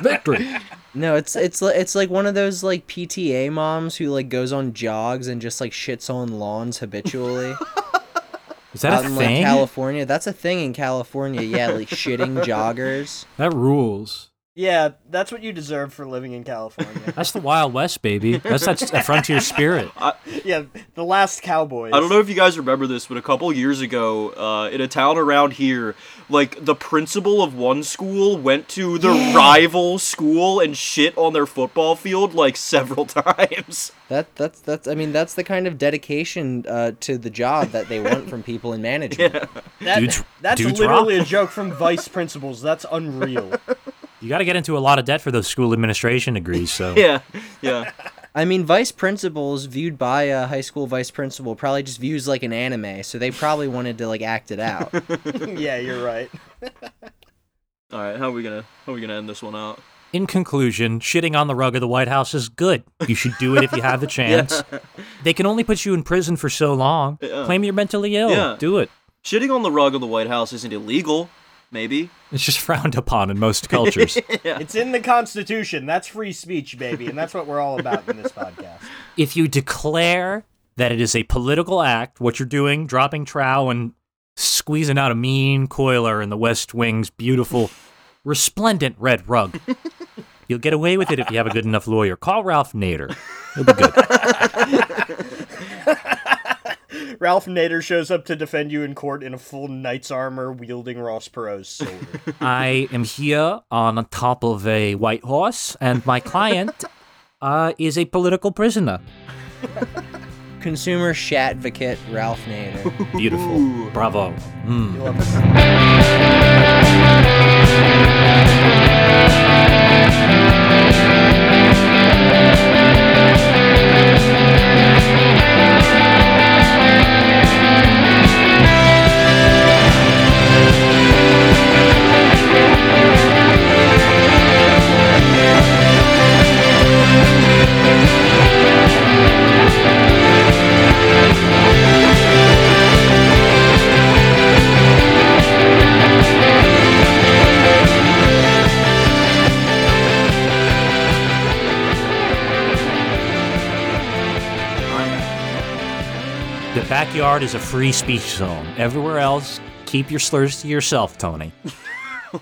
Speaker 6: Victory.
Speaker 2: No, it's it's li- it's like one of those like PTA moms who like goes on jogs and just like shits on lawns habitually
Speaker 4: Is that
Speaker 2: out
Speaker 4: a
Speaker 2: in like
Speaker 4: thing?
Speaker 2: California. That's a thing in California. Yeah, like shitting joggers.
Speaker 6: That rules.
Speaker 3: yeah, that's what you deserve for living in California.
Speaker 4: That's the Wild West, baby. That's that s- frontier spirit.
Speaker 3: yeah, the last cowboys.
Speaker 1: I don't know if you guys remember this, but a couple years ago, uh, in a town around here, like the principal of one school went to the rival school and shit on their football field like several times.
Speaker 2: That that's that's I mean that's the kind of dedication uh, to the job that they want from people in management.
Speaker 3: That,
Speaker 4: Dudes-
Speaker 3: that's
Speaker 4: dudes
Speaker 3: literally a
Speaker 4: rock.
Speaker 3: joke from Vice Principals. That's unreal.
Speaker 4: You got to get into a lot of debt for those school administration degrees. So
Speaker 1: Yeah, yeah.
Speaker 2: I mean, vice principals viewed by a high school vice principal probably just views like an anime, so they probably wanted to like act it out.
Speaker 3: yeah, you're right.
Speaker 1: All right, how are we gonna how are we gonna end this one out?
Speaker 4: In conclusion, shitting on the rug of the White House is good. You should do it if you have the chance. They can only put you in prison for so long. Claim you're mentally ill.
Speaker 1: Yeah.
Speaker 4: Do it.
Speaker 1: Shitting on the rug of the White House isn't illegal, maybe.
Speaker 4: It's just frowned upon in most cultures.
Speaker 3: It's in the Constitution. That's free speech, baby, and that's what we're all about in this podcast.
Speaker 4: if you declare that it is a political act, what you're doing, dropping trow and squeezing out a mean coiler in the West Wing's beautiful, resplendent red rug, you'll get away with it if you have a good enough lawyer. Call Ralph Nader. He'll be good.
Speaker 3: Ralph Nader shows up to defend you in court in a full knight's armor, wielding Ross Perot's sword.
Speaker 4: I am here on top of a white horse, and my client uh, is a political prisoner.
Speaker 2: Consumer advocate Ralph Nader.
Speaker 4: Beautiful. Bravo. The backyard is a free speech zone. Everywhere else, keep your slurs to yourself, Tony.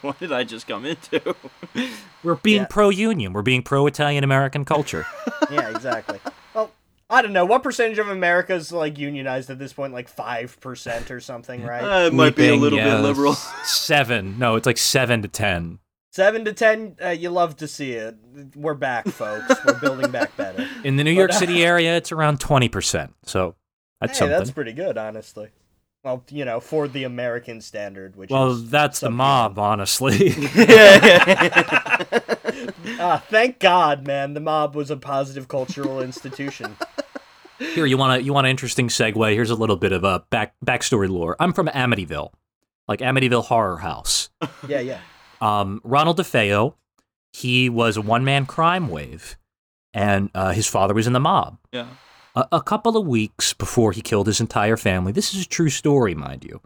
Speaker 1: What did I just come into?
Speaker 4: We're being
Speaker 3: Yeah.
Speaker 4: pro union. We're being pro Italian American culture.
Speaker 3: yeah, exactly. Well, I don't know. What percentage of America's like unionized at this point? Like five percent or something, right?
Speaker 1: Uh, it might be a
Speaker 4: Weeping,
Speaker 1: little
Speaker 4: yeah,
Speaker 1: bit liberal.
Speaker 4: Seven. No, it's like seven to ten.
Speaker 3: Seven to ten. Uh, you love to see it. We're back, folks. We're building back better.
Speaker 4: In
Speaker 1: Oh,
Speaker 4: the New York City area, it's around 20%. So that's
Speaker 3: hey,
Speaker 4: something.
Speaker 3: that's pretty good, honestly. Well, you know, for the American standard, which
Speaker 4: well,
Speaker 3: is
Speaker 4: that's the
Speaker 3: something.
Speaker 4: mob, honestly.
Speaker 3: Ah, thank God, man. The mob was a positive cultural institution.
Speaker 4: Here, you want to you want an interesting segue? Here's a little bit of a back backstory lore. I'm from Amityville, like Amityville Horror House.
Speaker 3: Yeah, yeah.
Speaker 4: um, Ronald DeFeo, he was a one man crime wave, and uh, his father was in the mob.
Speaker 1: Yeah.
Speaker 4: A-, a couple of weeks before he killed his entire family, this is a true story, mind you.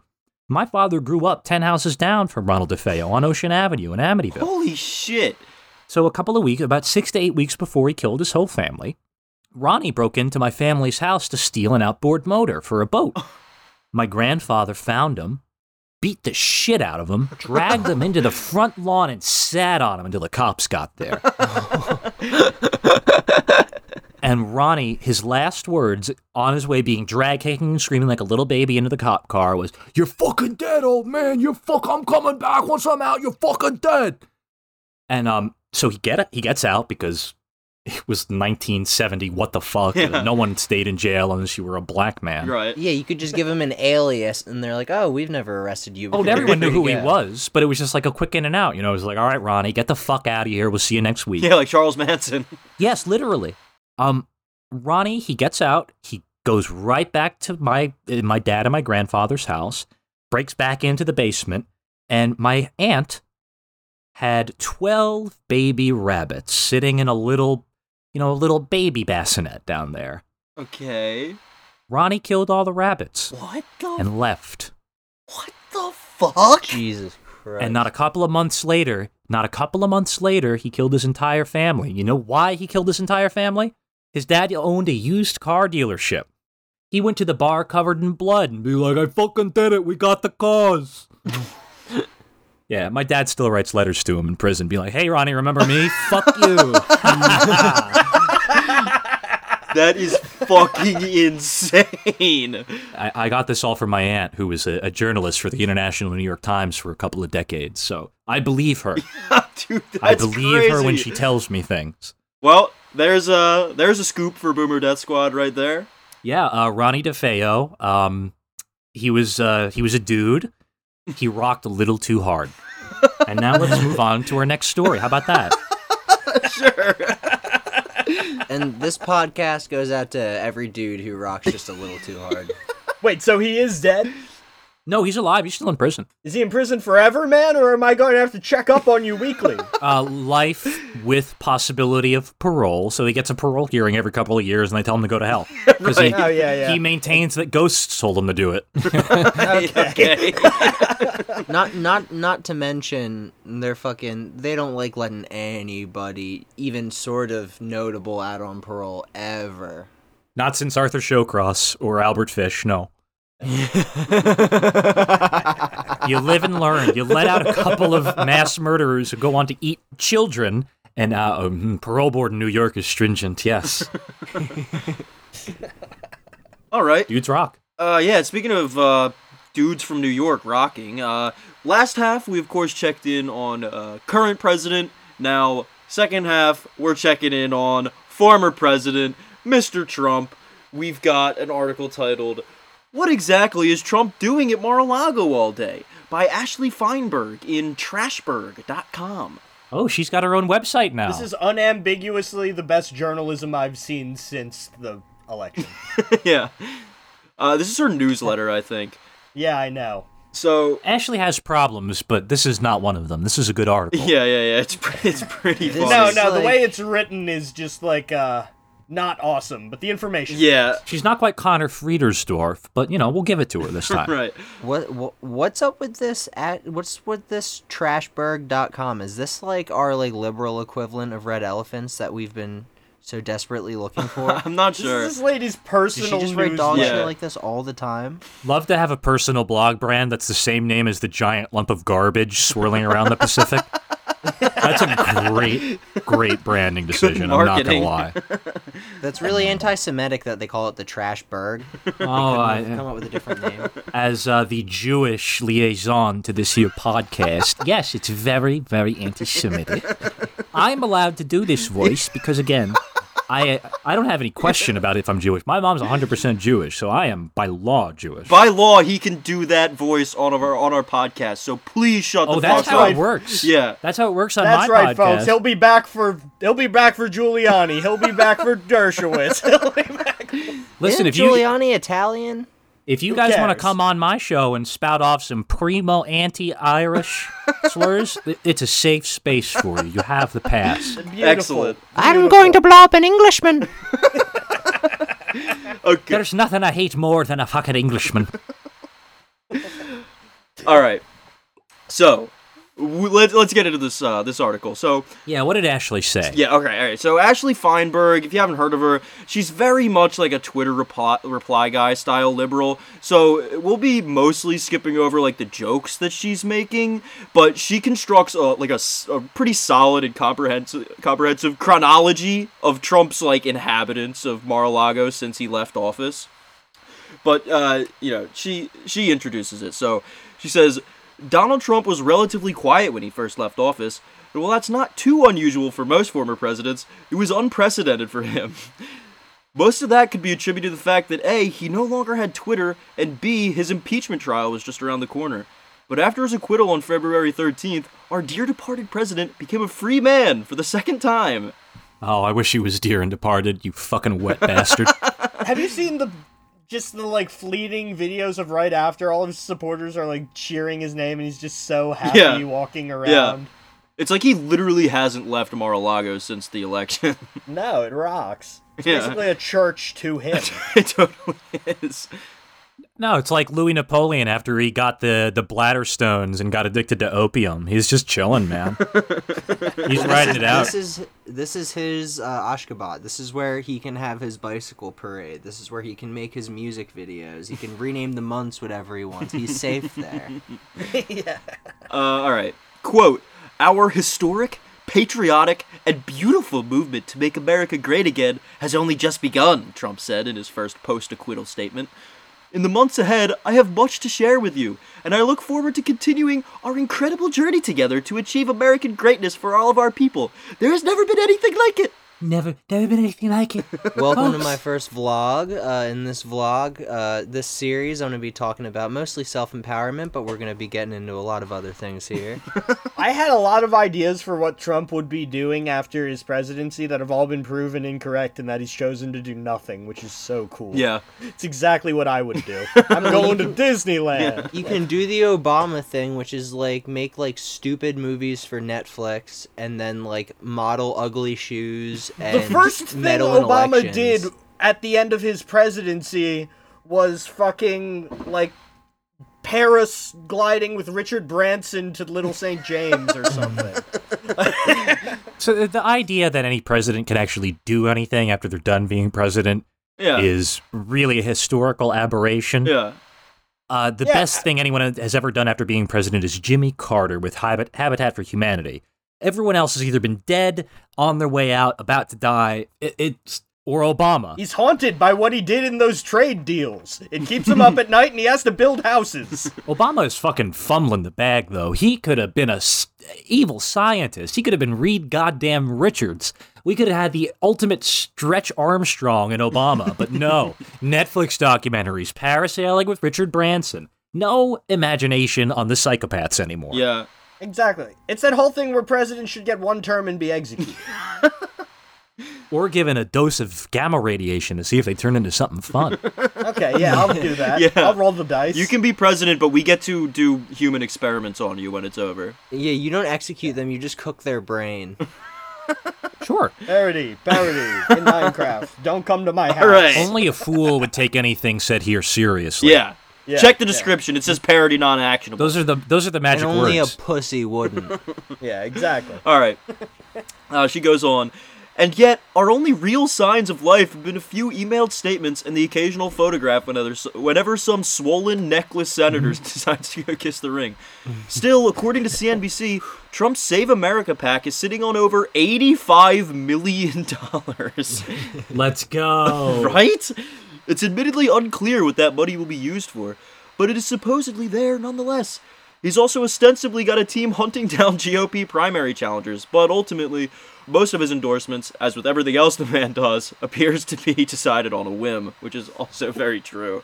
Speaker 4: My father grew up 10 houses down from Ronald DeFeo on Ocean Avenue in Amityville.
Speaker 1: Holy shit.
Speaker 4: So, a couple of weeks, about six to eight weeks before he killed his whole family, Ronnie broke into my family's house to steal an outboard motor for a boat. My grandfather found him, beat the shit out of him, dragged him into the front lawn, and sat on him until the cops got there. and Ronnie, his last words on his way, being dragged, kicking, and screaming like a little baby into the cop car, was, You're fucking dead, old man. You're fuck. I'm coming back. Once I'm out, you're fucking dead. And um, so he get he gets out because it was 1970. What the fuck?
Speaker 1: Yeah.
Speaker 4: No one stayed in jail unless you were a black man.
Speaker 1: You're right.
Speaker 2: Yeah, you could just give him an alias, and they're like, "Oh, we've never arrested you."
Speaker 4: Oh,
Speaker 2: before.
Speaker 4: everyone knew
Speaker 2: You're free
Speaker 4: who
Speaker 2: to
Speaker 4: he
Speaker 2: go."
Speaker 4: was, but it was just like a quick in and out. You know, it was like, all right, Ronnie, get the fuck out of here. We'll see you next week.
Speaker 1: Yeah, like Charles Manson.
Speaker 4: Yes, literally. Um, Ronnie, he gets out. He goes right back to my uh, my dad and my grandfather's house. Breaks back into the basement, and my aunt had twelve baby rabbits sitting in a little, you know, a little baby bassinet down there.
Speaker 1: Okay.
Speaker 4: Ronnie killed all the rabbits
Speaker 1: What the?
Speaker 4: and left.
Speaker 1: what the fuck?
Speaker 2: Jesus Christ.
Speaker 4: And not a couple of months later, not a couple of months later, he killed his entire family. You know why he killed his entire family? His dad owned a used car dealership. He went to the bar covered in blood and be like, I fucking did it. We got the cause. yeah, my dad still writes letters to him in prison, be like, hey, Ronnie, remember me? Fuck you.
Speaker 1: That is fucking insane.
Speaker 4: I, I got this all from my aunt, who was a, a journalist for the International New York Times for a couple of decades. So I believe her.
Speaker 1: Dude, that's
Speaker 4: I believe her when
Speaker 1: crazy.
Speaker 4: she tells me things.
Speaker 1: Well, there's a there's a scoop for Boomer Death Squad right there.
Speaker 4: Yeah, uh, Ronnie DeFeo. Um, he was uh, he was a dude. He rocked a little too hard. And now let's move on to our next story. How about that?
Speaker 2: And this podcast goes out to every dude who rocks just a little too hard.
Speaker 3: Wait, so he is dead?
Speaker 4: No, he's alive. He's still in prison.
Speaker 3: Is he in prison forever, man, or am I going to have to check up on you weekly?
Speaker 4: Uh, life with possibility of parole. So he gets a parole hearing every couple of years, and they tell him to go to hell because he,
Speaker 3: Oh, yeah, yeah.
Speaker 4: he maintains that ghosts told him to do it.
Speaker 1: Okay.
Speaker 2: not not not to mention they're fucking they don't like letting anybody even sort of notable out on parole ever.
Speaker 4: Not since Arthur Showcross or Albert Fish. No. you live and learn. You let out a couple of mass murderers who go on to eat children, and uh, um, parole board in New York is stringent. Yes,
Speaker 1: All right.
Speaker 4: dudes rock.
Speaker 1: Uh, yeah. Speaking of uh, dudes from New York rocking, uh, last half we of course checked in on uh, current president. Now second half we're checking in on former president Mr. Trump. We've got an article titled "What exactly is Trump doing at Mar-a-Lago all day?" by Ashley Feinberg in Trashberg.com.
Speaker 4: Oh, she's got her own website now.
Speaker 3: This is unambiguously the best journalism I've seen since the election.
Speaker 1: yeah. Uh, this is her newsletter, I think.
Speaker 3: yeah, I know.
Speaker 1: So
Speaker 4: Ashley has problems, but this is not one of them. This is a good article.
Speaker 1: yeah, yeah, yeah. It's pre- it's pretty
Speaker 2: This
Speaker 1: funny.
Speaker 3: No,
Speaker 2: It's
Speaker 3: no, the
Speaker 2: like-
Speaker 3: way it's written is just like uh not awesome, but the information.
Speaker 1: Yeah,
Speaker 4: She's not quite Connor Friedersdorf, but you know we'll give it to her this time.
Speaker 1: right.
Speaker 2: What, what what's up with this at what's with this trashberg.com? Is this like our like liberal equivalent of red elephants that we've been so desperately looking for?
Speaker 1: I'm not
Speaker 3: This
Speaker 1: sure.
Speaker 3: is this lady's
Speaker 2: Does
Speaker 3: personal
Speaker 2: she just write
Speaker 3: news
Speaker 2: dog
Speaker 1: Yeah.
Speaker 2: shit like this all the time?
Speaker 4: Love to have a personal blog brand that's the same name as the giant lump of garbage swirling around the Pacific. That's a great, great branding decision. I'm not
Speaker 1: marketing.
Speaker 4: gonna lie.
Speaker 2: That's really anti-Semitic that they call it the trashberg.
Speaker 4: Oh,
Speaker 2: Come up with a different name.
Speaker 4: as uh, the Jewish liaison to this here podcast, yes, it's very, very anti-Semitic. I'm allowed to do this voice because, again, I I don't have any question about if I'm Jewish. My mom's 100% Jewish, so I am by law Jewish.
Speaker 1: By law, he can do that voice on our on our podcast. So please shut
Speaker 4: oh,
Speaker 1: the
Speaker 4: that's
Speaker 1: fuck
Speaker 4: how
Speaker 1: up.
Speaker 4: it works.
Speaker 1: Yeah.
Speaker 4: that's how it works on
Speaker 3: That's
Speaker 4: my
Speaker 3: right,
Speaker 4: podcast.
Speaker 3: folks. He'll be back for he'll be back for Giuliani. He'll be back for Dershowitz. He'll be back.
Speaker 4: Listen,
Speaker 2: Isn't
Speaker 4: if you
Speaker 2: Giuliani Italian?
Speaker 4: If you guys want to
Speaker 3: cares?
Speaker 4: come on my show and spout off some primo anti-Irish slurs, th- it's a safe space for you. You have the pass.
Speaker 3: Beautiful.
Speaker 1: Excellent.
Speaker 2: I'm going to blow up an Englishman.
Speaker 1: Okay.
Speaker 4: There's nothing I hate more than a fucking Englishman.
Speaker 1: All right. So w- let's let's get into this uh, this article. So
Speaker 4: Yeah, what did Ashley say?
Speaker 1: yeah, okay, all right. So Ashley Feinberg, if you haven't heard of her, she's very much like a Twitter reply, reply guy style liberal. So we'll be mostly skipping over like the jokes that she's making, but she constructs a, like a, s- a pretty solid and comprehensive comprehensive chronology of Trump's like inhabitants of Mar-a-Lago since he left office but uh, you know she she introduces it so she says donald trump was relatively quiet when he first left office but while that's not too unusual for most former presidents it was unprecedented for him most of that could be attributed to the fact that a he no longer had twitter and b his impeachment trial was just around the corner but after his acquittal on february 13th our dear departed president became a free man for the second time
Speaker 4: Oh, I wish he was dear and departed, you fucking wet bastard.
Speaker 3: Have you seen the just the like fleeting videos of right after all of his supporters are like cheering his name and he's just so happy
Speaker 1: Yeah.
Speaker 3: walking around.
Speaker 1: it's like he literally hasn't left mar-a-lago since the election
Speaker 3: No, it rocks. It's
Speaker 1: Yeah.
Speaker 3: basically a church to him.
Speaker 1: it totally is
Speaker 4: No, it's like Louis Napoleon after he got the, the bladder stones and got addicted to opium. He's just chilling, man. He's riding it out.
Speaker 2: This is this is his uh, Ashgabat. This is where he can have his bicycle parade. This is where he can make his music videos. He can rename the months whatever he wants. He's safe there.
Speaker 1: Uh, all right. Quote Our historic, patriotic, and beautiful movement to make America great again has only just begun, Trump said in his first post acquittal statement. In the months ahead, I have much to share with you, and I look forward to continuing our incredible journey together to achieve American greatness for all of our people. There has never been anything like it.
Speaker 6: Never, never been anything like it.
Speaker 2: Welcome to my first vlog. Uh, in this vlog, uh, this series, I'm going to be talking about mostly self empowerment, but we're going to be getting into a lot of other things here.
Speaker 3: I had a lot of ideas for what Trump would be doing after his presidency that have all been proven incorrect and that he's chosen to do nothing, which is so cool.
Speaker 1: Yeah.
Speaker 3: It's exactly what I would do. I'm going to Disneyland.
Speaker 2: you can do the Obama thing, which is like make like stupid movies for Netflix and then like model ugly shoes and
Speaker 3: The first thing
Speaker 2: meddle in
Speaker 3: Obama
Speaker 2: elections.
Speaker 3: did at the end of his presidency was fucking like Paris gliding with Richard Branson to Little St. James or something.
Speaker 4: So the, the idea that any president can actually do anything after they're done being president
Speaker 1: Yeah.
Speaker 4: is really a historical aberration.
Speaker 1: Yeah.
Speaker 4: Uh, the
Speaker 3: Yeah.
Speaker 4: best thing anyone has ever done after being president is Jimmy Carter with Habit- Habitat for Humanity. Everyone else has either been dead, on their way out, about to die, it, it's or Obama.
Speaker 3: He's haunted by what he did in those trade deals. It keeps him up at night and he has to build houses.
Speaker 4: Obama is fucking fumbling the bag, though. He could have been a s- evil scientist. He could have been Reed goddamn Richards. We could have had the ultimate stretch Armstrong in Obama, but no. Netflix documentaries, parasailing with Richard Branson. No imagination on the psychopaths anymore.
Speaker 1: Yeah.
Speaker 3: Exactly. It's that whole thing where presidents should get one term and be executed.
Speaker 4: Or given a dose of gamma radiation to see if they turn into something fun.
Speaker 3: Okay, yeah, I'll do that.
Speaker 1: Yeah.
Speaker 3: I'll roll the dice.
Speaker 1: You can be president, but we get to do human experiments on you when it's over.
Speaker 2: Yeah, you don't execute them, you just cook their brain.
Speaker 4: sure.
Speaker 3: parody, parody in Minecraft. Don't come to my house.
Speaker 1: All right.
Speaker 4: Only a fool would take anything said here seriously.
Speaker 1: Yeah.
Speaker 3: Yeah,
Speaker 1: Check the
Speaker 3: yeah.
Speaker 1: description. It says parody non actionable.
Speaker 4: Those are the those are the
Speaker 2: And
Speaker 4: magic
Speaker 2: only
Speaker 4: words.
Speaker 2: a pussy wouldn't.
Speaker 3: Yeah, exactly.
Speaker 1: All right. Uh, she goes on. And yet, our only real signs of life have been a few emailed statements and the occasional photograph whenever, whenever some swollen, necklace senator decides to go kiss the ring. Still, according to CNBC, Trump's Save America pack is sitting on over $85 million.
Speaker 4: Let's go.
Speaker 1: Right? It's admittedly unclear what that money will be used for, but it is supposedly there nonetheless. He's also ostensibly got a team hunting down GOP primary challengers, but ultimately, most of his endorsements, as with everything else the man does, appears to be decided on a whim, which is also very true.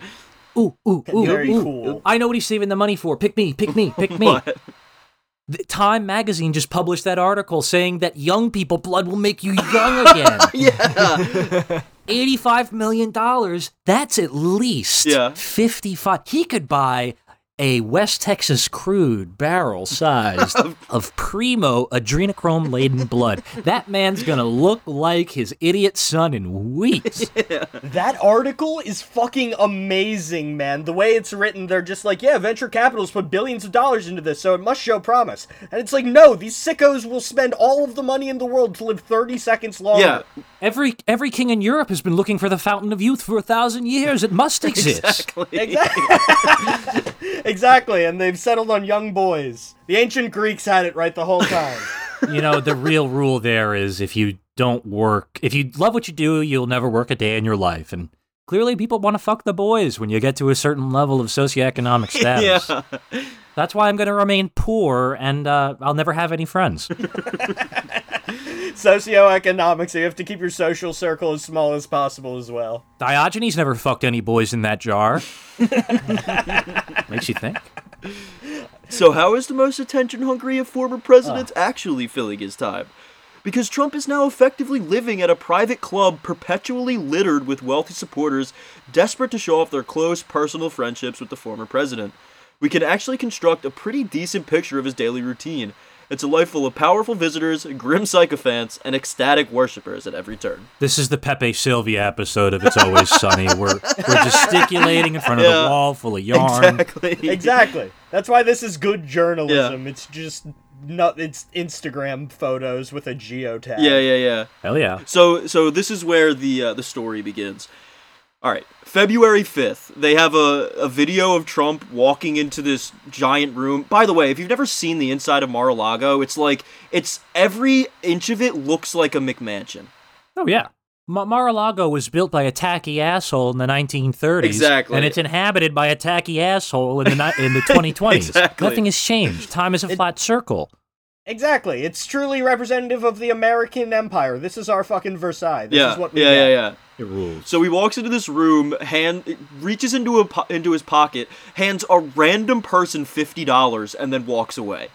Speaker 4: Ooh, ooh, ooh,
Speaker 3: Very
Speaker 4: ooh.
Speaker 3: cool.
Speaker 4: I know what he's saving the money for. Pick me, pick me, pick me.
Speaker 1: But
Speaker 4: The Time magazine just published that article saying that young people blood will make you young again. yeah. $85 million, that's at least
Speaker 1: Yeah.
Speaker 4: 55. He could buy a West Texas crude barrel sized of primo adrenochrome laden blood. That man's gonna look like his idiot son in weeks.
Speaker 3: That article is fucking amazing, man. The way it's written, they're just like, yeah, venture capitalists put billions of dollars into this, so it must show promise. And it's like, no, these sickos will spend all of the money in the world to live 30 seconds longer.
Speaker 1: Yeah,
Speaker 4: Every every king in Europe has been looking for the fountain of youth for a thousand years. It must exist.
Speaker 3: Exactly. exactly, and they've settled on young boys. The ancient Greeks had it right the whole time.
Speaker 4: you know the real rule there is if you don't work if you love what you do you'll never work a day in your life and clearly people want to fuck the boys when you get to a certain level of socioeconomic status
Speaker 1: Yeah.
Speaker 4: that's why i'm going to remain poor and uh, i'll never have any friends
Speaker 3: Socioeconomics, so you have to keep your social circle as small as possible as well.
Speaker 4: diogenes never fucked any boys in that jar makes you think
Speaker 1: So, how is the most attention hungry of former presidents actually filling his time? Because Trump is now effectively living at a private club perpetually littered with wealthy supporters desperate to show off their close personal friendships with the former president. We can actually construct a pretty decent picture of his daily routine. It's a life full of powerful visitors, grim sycophants, and ecstatic worshippers at every turn.
Speaker 4: this is the pepe sylvia episode of it's always sunny we're, we're gesticulating in front of
Speaker 1: Yeah.
Speaker 4: the wall full of yarn
Speaker 1: Exactly.
Speaker 3: Exactly. That's why this is good journalism. It's just not it's Instagram photos with a geotag.
Speaker 1: Yeah, yeah, yeah.
Speaker 4: hell yeah
Speaker 1: So so this is where the uh, the story begins. All right, February 5th, they have a, a video of Trump walking into this giant room. By the way, if you've never seen the inside of Mar-a-Lago, it's like it's every inch of it looks like a McMansion.
Speaker 4: Oh yeah. Ma- Mar-a-Lago was built by a tacky asshole in the 1930s,
Speaker 1: Exactly.
Speaker 4: and it's inhabited by a tacky asshole in the ni- in the 2020s.
Speaker 1: Exactly.
Speaker 4: Nothing has changed. Time is a flat circle.
Speaker 3: Exactly. It's truly representative of the American Empire. This is our fucking Versailles. This
Speaker 1: yeah.
Speaker 3: is what we
Speaker 1: yeah,
Speaker 3: got.
Speaker 1: yeah, yeah.
Speaker 4: It rules.
Speaker 1: So he walks into this room, hand reaches into a po- into his pocket, hands a random person $50 and then walks away.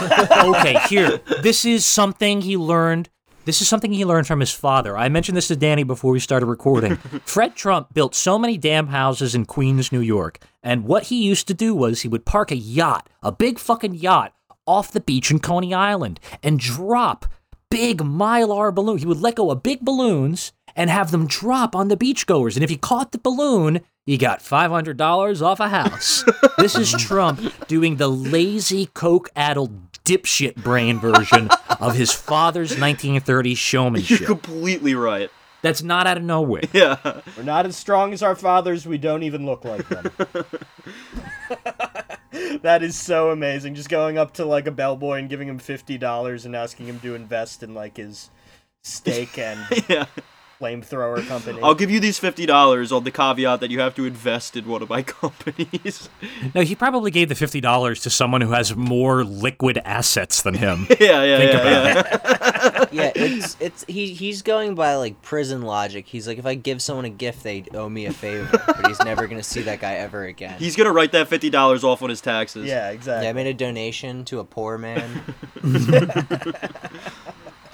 Speaker 4: okay, here. This is something he learned. This is something he learned from his father. I mentioned this to Danny before we started recording. Fred Trump built so many damn houses in Queens, New York, and what he used to do was he would park a yacht, a big fucking yacht, off the beach in Coney Island and drop big mylar balloon. He would let go of big balloons and have them drop on the beachgoers. And if he caught the balloon, he got $500 off a house. this is Trump doing the lazy, coke addled, dipshit brain version of his father's 1930s
Speaker 1: You're
Speaker 4: showmanship.
Speaker 1: completely right.
Speaker 4: That's not out of nowhere.
Speaker 1: Yeah.
Speaker 3: We're not as strong as our fathers. We don't even look like them. that is so amazing. Just going up to like a bellboy and giving him fifty dollars and asking him to invest in like his steak and
Speaker 1: Yeah.
Speaker 3: flamethrower company.
Speaker 1: I'll give you these fifty dollars on the caveat that you have to invest in one of my companies.
Speaker 4: No, he probably gave the $50 to someone who has more liquid assets than him.
Speaker 1: yeah, yeah, yeah, yeah.
Speaker 2: yeah, it's it's he he's going by like prison logic. He's like, if I give someone a gift, they owe me a favor, but he's never gonna see that guy ever again.
Speaker 1: He's gonna write that fifty dollars off on his taxes.
Speaker 3: yeah,
Speaker 2: yeah, I
Speaker 3: exactly.
Speaker 2: made a donation to a poor man.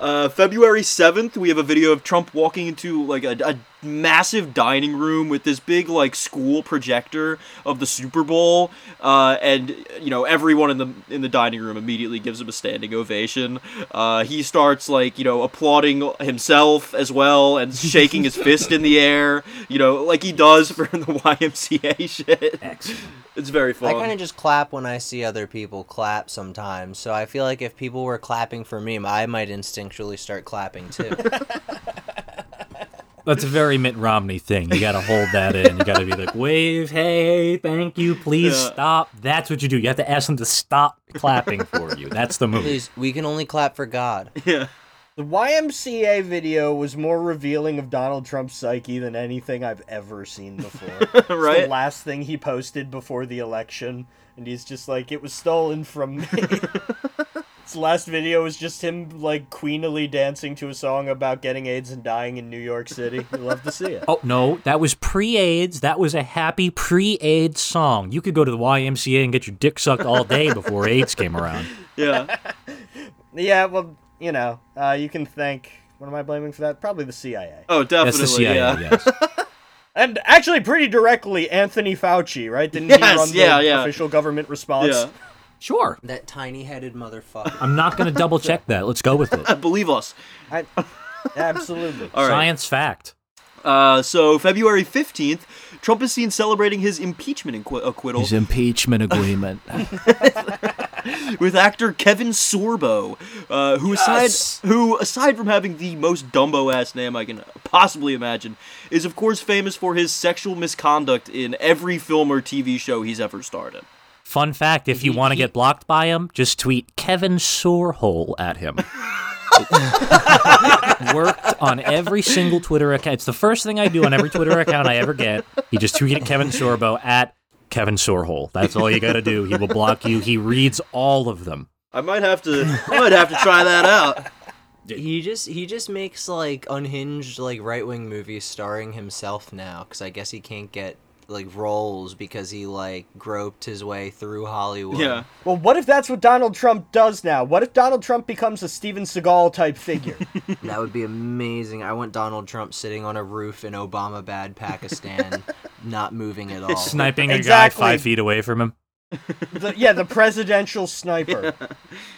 Speaker 1: Uh, February seventh, we have a video of Trump walking into like a, a massive dining room with this big like school projector of the Super Bowl, uh, and you know everyone in the in the dining room immediately gives him a standing ovation. Uh, he starts like you know applauding himself as well and shaking his fist in the air, you know, like he does for the YMCA shit. It's very
Speaker 2: I
Speaker 1: fun.
Speaker 2: kind of just clap when I see other people clap sometimes. So I feel like if people were clapping for me, I might instinctually start clapping too.
Speaker 4: That's a very Mitt Romney thing. You got to hold that in. You got to be like, wave, hey, thank you, please
Speaker 1: Yeah.
Speaker 4: stop. That's what you do. You have to ask them to stop clapping for you. That's the move.
Speaker 2: Please, we can only clap for God.
Speaker 3: The YMCA video was more revealing of Donald Trump's psyche than anything I've ever seen before. It's the
Speaker 1: Right?
Speaker 3: last thing he posted before the election, and he's just like, "It was stolen from me." His last video was just him like queenily dancing to a song about getting AIDS and dying in New York City. You love to see it.
Speaker 4: Oh no, that was pre-AIDS. That was a happy pre-AIDS song. You could go to the YMCA and get your dick sucked all day before AIDS came around.
Speaker 1: yeah.
Speaker 3: Yeah, well, you know, uh, you can thank. What am I blaming for that? Probably the CIA.
Speaker 1: Oh, definitely.
Speaker 4: That's the CIA.
Speaker 1: yeah.
Speaker 4: Yes.
Speaker 3: And actually, pretty directly, Anthony Fauci, right? Didn't he
Speaker 1: Yes,
Speaker 3: run the
Speaker 1: yeah, yeah.
Speaker 3: official government response?
Speaker 1: Yeah.
Speaker 4: Sure.
Speaker 2: That tiny-headed motherfucker.
Speaker 4: I'm not going to double check that. Let's go with it.
Speaker 1: Believe us.
Speaker 3: I, absolutely.
Speaker 1: All right.
Speaker 4: Science fact.
Speaker 1: Uh, so February 15th, Trump is seen celebrating his impeachment inqu- acquittal
Speaker 4: impeachment agreement.
Speaker 1: with actor Kevin Sorbo, uh, who aside
Speaker 4: Yes.
Speaker 1: who aside from having the most Dumbo ass name I can possibly imagine, is of course famous for his sexual misconduct in every film or TV show he's ever starred in.
Speaker 4: Fun fact if you want to get blocked by him, just tweet Kevin Sorehole at him. It Worked on every single Twitter account. It's the first thing I do on every Twitter account I ever get. You just tweet at Kevin Sorbo at Kevin Sorehole. That's all you got to do. He will block you. He reads all of them.
Speaker 1: I might have to I might have to try that out.
Speaker 2: he just he just makes like unhinged like right-wing movies starring himself now cuz I guess he can't get like roles because he like groped his way through Hollywood.
Speaker 1: Yeah.
Speaker 3: Well, what if that's what Donald Trump does now? What if Donald Trump becomes a Steven Seagal type figure?
Speaker 2: That would be amazing. I want Donald Trump sitting on a roof in Obama bad Pakistan, not moving at all.
Speaker 4: Sniping a
Speaker 3: Exactly.
Speaker 4: guy five feet away from him.
Speaker 3: the, yeah, the presidential sniper.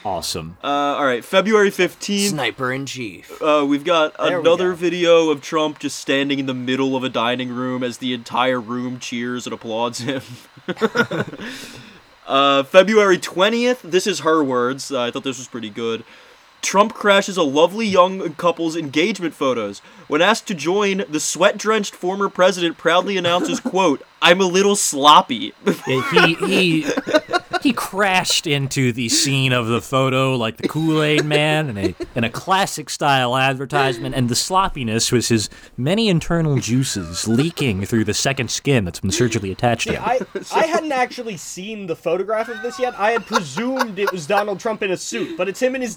Speaker 4: Awesome.
Speaker 1: Uh, all right, February 15th.
Speaker 2: Sniper in chief.
Speaker 1: Uh, we've got
Speaker 3: There we
Speaker 1: another
Speaker 3: go.
Speaker 1: video of Trump just standing in the middle of a dining room as the entire room cheers and applauds him. uh, February 20th, this is her words. Uh, I thought this was pretty good. Trump crashes a lovely young couple's engagement photos. When asked to join, the sweat-drenched former president proudly announces, quote, "I'm a little sloppy."
Speaker 4: Yeah, he he he crashed into the scene of the photo like the Kool Aid Man in a in a classic style advertisement, and the sloppiness was his many internal juices leaking through the second skin that's been surgically attached to him.
Speaker 3: I, I hadn't actually seen the photograph of this yet. I had presumed it was Donald Trump in a suit, but it's him in his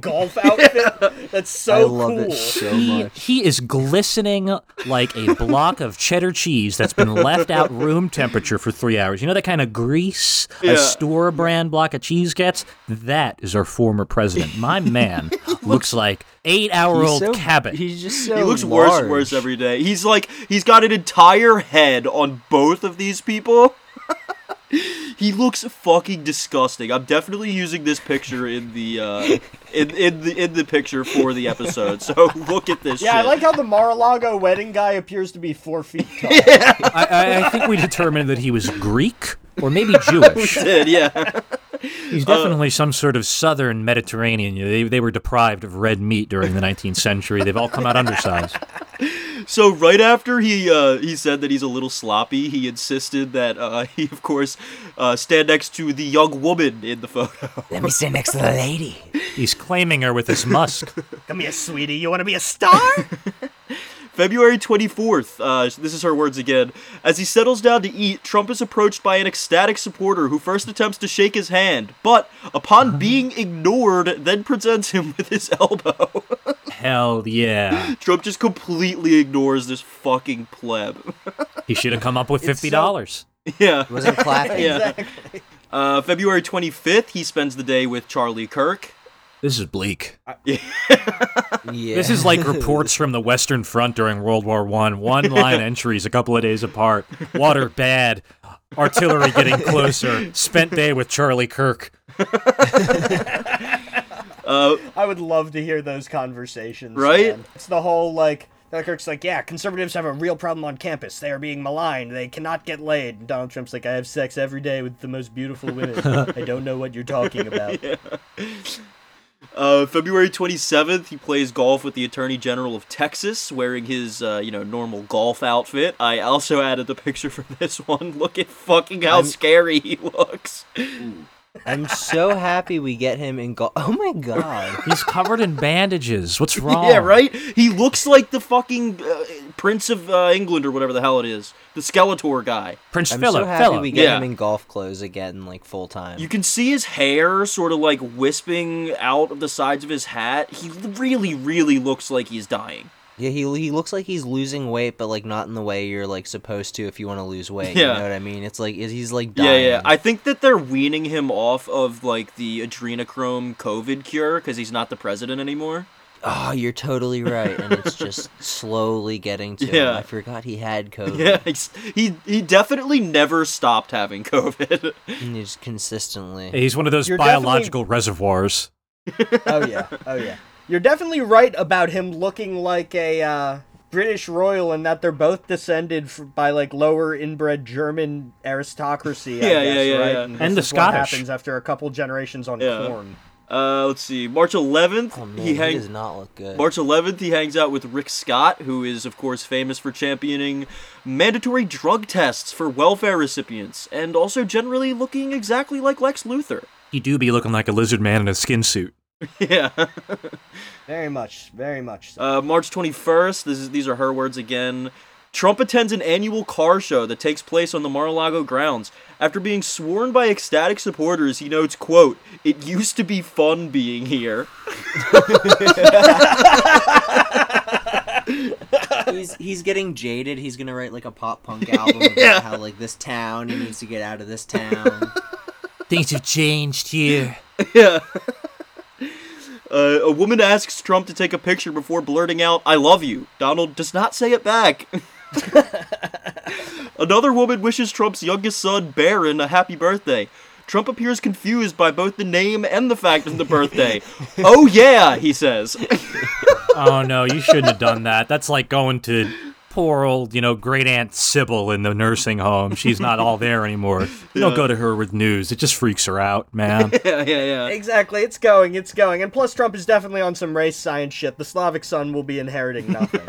Speaker 3: golf outfit. That's
Speaker 1: Oh,
Speaker 3: so
Speaker 2: I love
Speaker 3: cool.
Speaker 2: it so
Speaker 4: He,
Speaker 2: much.
Speaker 4: he is glistening like a block of cheddar cheese that's been left out room temperature for three hours. You know that kind of grease
Speaker 1: Yeah.
Speaker 4: a store brand block of cheese gets? That is our former president. My man looks like eight hour old
Speaker 2: so-
Speaker 4: Cabot.
Speaker 2: He's just so
Speaker 1: He looks worse
Speaker 2: large.
Speaker 1: and worse every day. He's like he's got an entire head on both of these people. he looks fucking disgusting. I'm definitely using this picture in the uh, in in the in the picture for the episode. So look at this.
Speaker 3: Yeah, I
Speaker 1: shit.
Speaker 3: like how the Mar-a-Lago wedding guy appears to be four feet tall.
Speaker 4: I, I, I think we determined that he was Greek or maybe Jewish.
Speaker 1: it. Yeah,
Speaker 4: He's definitely some sort of southern Mediterranean. You know, They, they were deprived of red meat during the 19th century. They've all come out undersized.
Speaker 1: so right after he uh, he said that he's a little sloppy, he insisted that uh, he of course uh, stand next to the young woman in the photo.
Speaker 2: Let me sit next to the lady.
Speaker 4: He's claiming her with his musk.
Speaker 3: Come here, sweetie. You want to be a star?
Speaker 1: February 24th, uh, this is her words again. As he settles down to eat, Trump is approached by an ecstatic supporter who first attempts to shake his hand, but upon being ignored, then presents him with his elbow.
Speaker 4: Hell yeah.
Speaker 1: Trump just completely ignores this fucking pleb.
Speaker 4: He should have come up with $50.
Speaker 1: yeah.
Speaker 2: Wasn't clapping.
Speaker 1: Uh, February 25th, he spends the day with Charlie Kirk.
Speaker 4: This is bleak.
Speaker 2: Yeah.
Speaker 4: This is like reports from the Western Front during World War One. One line entries a couple of days apart. Water bad. Artillery getting closer. Spent day with Charlie Kirk.
Speaker 3: I would love to hear those conversations.
Speaker 1: Right?
Speaker 3: man. It's the whole like Donald Kirk's like, yeah, conservatives have a real problem on campus. They are being maligned. They cannot get laid. And Donald Trump's like, I have sex every day with the most beautiful women. I don't know what you're talking about.
Speaker 1: Uh, February 27th, he plays golf with the Attorney General of Texas, wearing his, uh, you know, normal golf outfit. I also added the picture for this one. Look at fucking how scary he looks.
Speaker 2: I'm so happy we get him in golf. Oh my god.
Speaker 4: He's covered in bandages. What's wrong?
Speaker 1: Yeah, right? He looks like the fucking uh, Prince of uh, England or whatever the hell it is. The Skeletor guy.
Speaker 4: Prince
Speaker 2: I'm
Speaker 4: Philip.
Speaker 2: so happy
Speaker 4: Philip.
Speaker 2: we get
Speaker 1: Yeah.
Speaker 2: him in golf clothes again, like full time.
Speaker 1: You can see his hair sort of like wisping out of the sides of his hat. He really, really looks like he's dying.
Speaker 2: Yeah, he he looks like he's losing weight, but like not in the way you're like supposed to if you want to lose weight.
Speaker 1: Yeah.
Speaker 2: You know what I mean? It's like is he's like
Speaker 1: Yeah,
Speaker 2: dying.
Speaker 1: yeah. I think that they're weaning him off of like the adrenochrome COVID cure because he's not the president anymore.
Speaker 2: oh, you're totally right, and it's just slowly getting to him.
Speaker 1: Yeah.
Speaker 2: I forgot he had COVID.
Speaker 1: Yeah, he's- he he definitely never stopped having COVID.
Speaker 2: And he's consistently.
Speaker 4: He's one of those
Speaker 3: You're definitely-
Speaker 4: biological reservoirs.
Speaker 3: Oh yeah. Oh yeah. You're definitely right about him looking like a uh, British royal, and that they're both descended f- by like lower inbred German aristocracy. I
Speaker 1: Yeah,
Speaker 3: guess,
Speaker 1: yeah, yeah,
Speaker 3: right?
Speaker 1: yeah.
Speaker 3: this
Speaker 4: And the
Speaker 3: is what
Speaker 4: Scottish.
Speaker 3: happens after a couple generations on
Speaker 1: Yeah.
Speaker 3: corn.
Speaker 1: Uh, let's see. March 11th,
Speaker 2: Oh man,
Speaker 1: he
Speaker 2: he,
Speaker 1: hangs
Speaker 2: does not look good.
Speaker 1: March 11th, he hangs out with Rick Scott, who is, of course, famous for championing mandatory drug tests for welfare recipients and also generally looking exactly like Lex Luthor.
Speaker 4: You do be looking like a lizard man in a skin suit.
Speaker 1: Yeah.
Speaker 3: Very much, very much. So.
Speaker 1: Uh, March 21st, this is, these are her words again. Trump attends an annual car show that takes place on the Mar-a-Lago grounds. After being sworn by ecstatic supporters, he notes, quote, It used to be fun being here.
Speaker 2: he's he's getting jaded. He's gonna write like a pop punk album about how like this town he needs to get out of this town.
Speaker 4: Things have changed here.
Speaker 1: Uh, a woman asks Trump to take a picture before blurting out, I love you. Donald does not say it back. Another woman wishes Trump's youngest son, Barron, a happy birthday. Trump appears confused by both the name and the fact of the birthday. oh, yeah, he says.
Speaker 4: oh no, you shouldn't have done that. That's like going to poor old, you know, great aunt Sybil in the nursing home. She's not all there anymore. You don't go to her with news. It just freaks her out, man.
Speaker 1: yeah, yeah, yeah.
Speaker 3: Exactly, it's going, it's going, and plus Trump is definitely on some race science shit. The Slavic son will be inheriting nothing.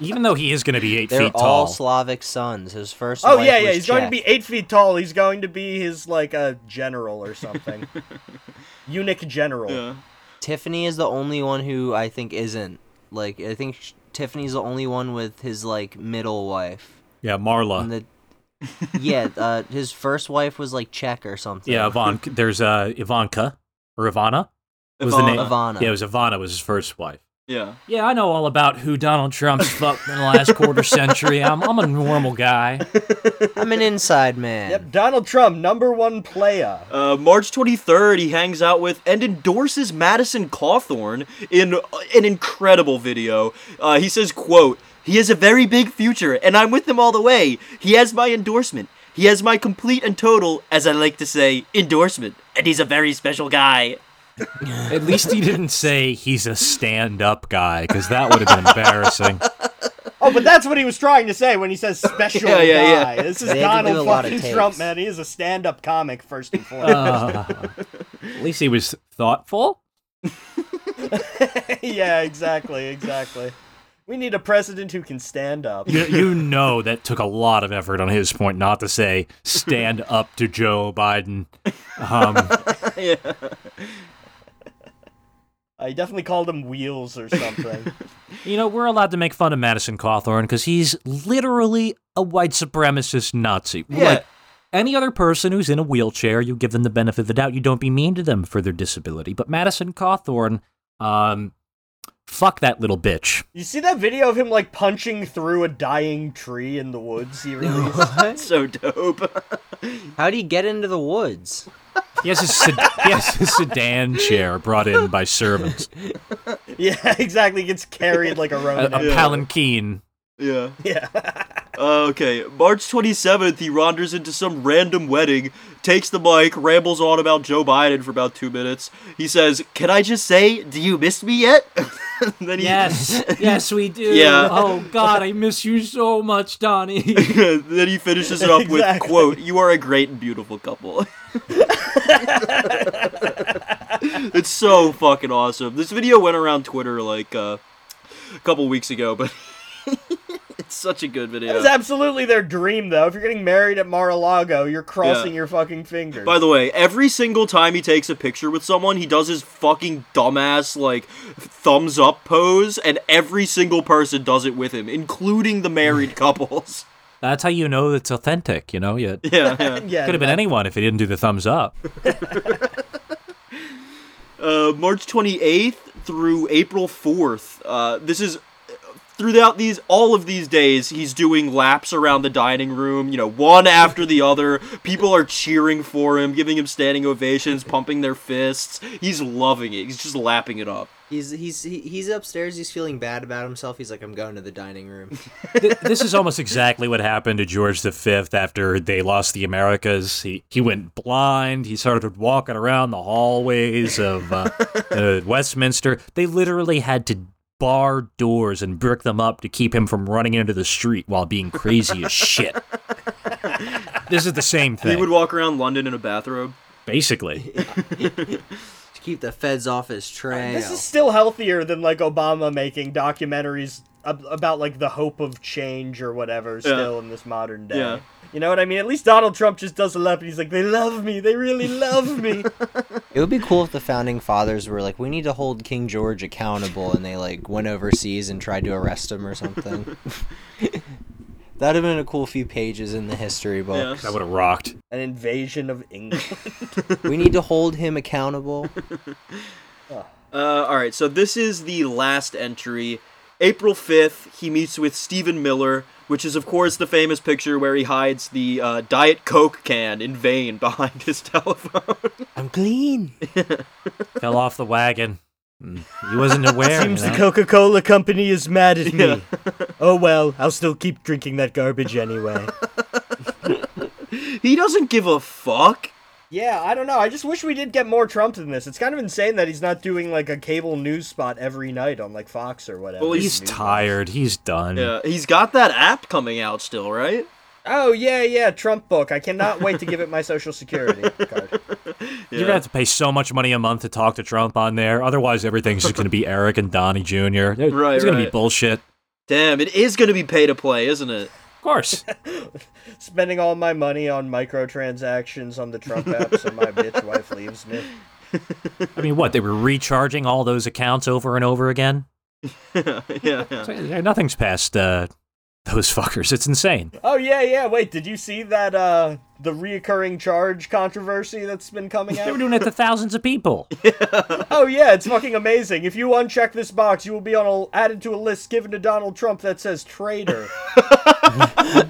Speaker 4: Even though he is going to be 8
Speaker 2: They're
Speaker 4: feet
Speaker 2: all
Speaker 4: tall.
Speaker 2: Slavic sons. His first.
Speaker 3: oh
Speaker 2: wife
Speaker 3: yeah, yeah,
Speaker 2: was
Speaker 3: he's going to
Speaker 2: Czech.
Speaker 3: be eight feet tall. He's going to be his like a general or something, eunuch general.
Speaker 2: Tiffany is the only one who I think isn't. Like I think sh- Tiffany's the only one with his like middle wife.
Speaker 4: yeah, Marla.
Speaker 2: And the yeah, uh, his first wife was like Czech or something.
Speaker 4: yeah, Ivan. There's uh, Ivanka or Ivana. What Was the name?
Speaker 2: Ivana.
Speaker 4: Yeah, it was Ivana. Was his first wife.
Speaker 1: Yeah.
Speaker 4: Yeah, I know all about who Donald Trump's fucked in the last quarter century. I'm, I'm a normal guy.
Speaker 2: I'm an inside man.
Speaker 3: Yep, Donald Trump, number one player.
Speaker 1: Uh, March 23rd, he hangs out with and endorses Madison Cawthorn in uh, an incredible video. Uh, he says, quote, He has a very big future, and I'm with him all the way. He has my endorsement. He has my complete and total, as I like to say, endorsement. And he's a very special guy.
Speaker 4: At least he didn't say he's a stand-up guy, because that would have been embarrassing.
Speaker 3: Oh, but that's what he was trying to say when he says special
Speaker 1: Yeah, yeah, yeah.
Speaker 3: guy. This is
Speaker 2: They had to do a
Speaker 3: Donald
Speaker 2: lot of Uh.
Speaker 3: fucking
Speaker 2: takes.
Speaker 3: Trump, man. He is a stand-up comic first and foremost.
Speaker 4: Uh, At least he was thoughtful.
Speaker 3: yeah, exactly, exactly. We need a president who can stand up.
Speaker 4: You, you know that took a lot of effort on his point not to say stand up to Joe Biden. Um,
Speaker 3: I Uh, definitely called him Wheels or something.
Speaker 4: you know, we're allowed to make fun of Madison Cawthorn because he's literally a white supremacist Nazi.
Speaker 1: Yeah.
Speaker 4: Like any other person who's in a wheelchair, you give them the benefit of the doubt. You don't be mean to them for their disability. But Madison Cawthorn, um, fuck that little bitch.
Speaker 3: you see that video of him like punching through a dying tree in the woods? He released.
Speaker 1: so dope.
Speaker 2: How'd he get into the woods?
Speaker 4: He has a, sed- he has a sedan chair brought in by servants,
Speaker 3: yeah, exactly. He gets carried like a
Speaker 4: a,
Speaker 3: rodent.
Speaker 4: a palanquin.
Speaker 1: yeah.
Speaker 3: yeah.
Speaker 1: Uh, okay, March 27th, he wanders into some random wedding, takes the mic, rambles on about Joe Biden for about two minutes. He says, Can I just say, do you miss me yet? And then he,
Speaker 6: yes, we do.
Speaker 1: Yeah.
Speaker 6: Oh God, I miss you so much, Donnie.
Speaker 1: then he finishes it up with,
Speaker 3: Exactly.
Speaker 1: quote, You are a great and beautiful couple. it's so fucking awesome. This video went around Twitter like uh, a couple weeks ago, but it's such a good video.
Speaker 3: It's absolutely their dream, though. If you're getting married at Mar-a-Lago, you're crossing
Speaker 1: Yeah.
Speaker 3: your fucking fingers.
Speaker 1: By the way, every single time he takes a picture with someone, he does his fucking dumbass, like, thumbs up pose, and every single person does it with him, including the married couples.
Speaker 4: That's how you know it's authentic, you know? You,
Speaker 1: Yeah, yeah.
Speaker 3: yeah,
Speaker 4: Could have been anyone if he didn't do the thumbs up.
Speaker 1: Uh, March 28th through April 4th. Uh, this is throughout these all of these days he's doing laps around the dining room you know one after the other people are cheering for him giving him standing ovations pumping their fists he's loving it he's just lapping it up
Speaker 2: He's he's he- he's upstairs. He's feeling bad about himself. He's like, I'm going to the dining room.
Speaker 4: Th- this is almost exactly what happened to George V after they lost the Americas. He he went blind. He started walking around the hallways of uh, uh, Westminster. They literally had to bar doors and brick them up to keep him from running into the street while being crazy as shit. this is the same
Speaker 1: He
Speaker 4: thing,
Speaker 1: would walk around London in a bathrobe.
Speaker 4: basically.
Speaker 2: to keep the feds off his trail.
Speaker 3: This is still healthier than like Obama making documentaries ab- about like the hope of change or whatever. Still in this modern day,
Speaker 1: Yeah.
Speaker 3: you know what I mean? At least Donald Trump just doesn't up and he's like, "They love me. They really love me."
Speaker 2: It would be cool if the founding fathers were like, we need to hold King George accountable, and they like went overseas and tried to arrest him or something. That'd have been a cool few pages in the history
Speaker 1: Yeah.
Speaker 2: book.
Speaker 4: That would have rocked.
Speaker 3: An invasion of England.
Speaker 2: We need to hold him accountable.
Speaker 1: Uh, all right, so this is the last entry. April 5th, he meets with Stephen Miller, which is, of course, the famous picture where he hides the uh, Diet Coke can in vain behind his telephone.
Speaker 2: I'm clean.
Speaker 4: Fell off the wagon. Mm, He wasn't aware.
Speaker 3: Seems
Speaker 4: you
Speaker 3: the
Speaker 4: know?
Speaker 3: Coca Cola company is mad at me. oh well, I'll still keep drinking that garbage anyway.
Speaker 1: he doesn't give a fuck.
Speaker 3: yeah, I don't know. I just wish we did get more Trump than this. It's kind of insane that he's not doing like a cable news spot every night on like Fox or whatever.
Speaker 1: Well,
Speaker 4: He's tired. He's done.
Speaker 1: Yeah, he's got that app coming out still, right?
Speaker 3: oh yeah, yeah, Trump book. I cannot wait to give it my social security card.
Speaker 4: You're gonna have to pay so much money a month to talk to Trump on there. Otherwise, everything's just gonna be Eric and Donnie Jr. Right, it's
Speaker 1: Right,
Speaker 4: gonna be
Speaker 1: right.
Speaker 4: bullshit.
Speaker 1: Damn, it is going to be pay to play, isn't it?
Speaker 4: Of course,
Speaker 3: Spending all my money on microtransactions on the Trump app, so my bitch wife leaves me.
Speaker 4: I mean, what they were recharging all those accounts over and over again.
Speaker 1: yeah, yeah.
Speaker 4: So, yeah, nothing's past uh, those fuckers. It's insane.
Speaker 3: Oh yeah, yeah. Wait, did you see that? uh The reoccurring charge controversy that's been coming
Speaker 4: They were
Speaker 3: out.
Speaker 4: doing it to thousands of people.
Speaker 3: Oh yeah, it's fucking amazing. If you uncheck this box, you will be on a, added to a list given to Donald Trump that says traitor.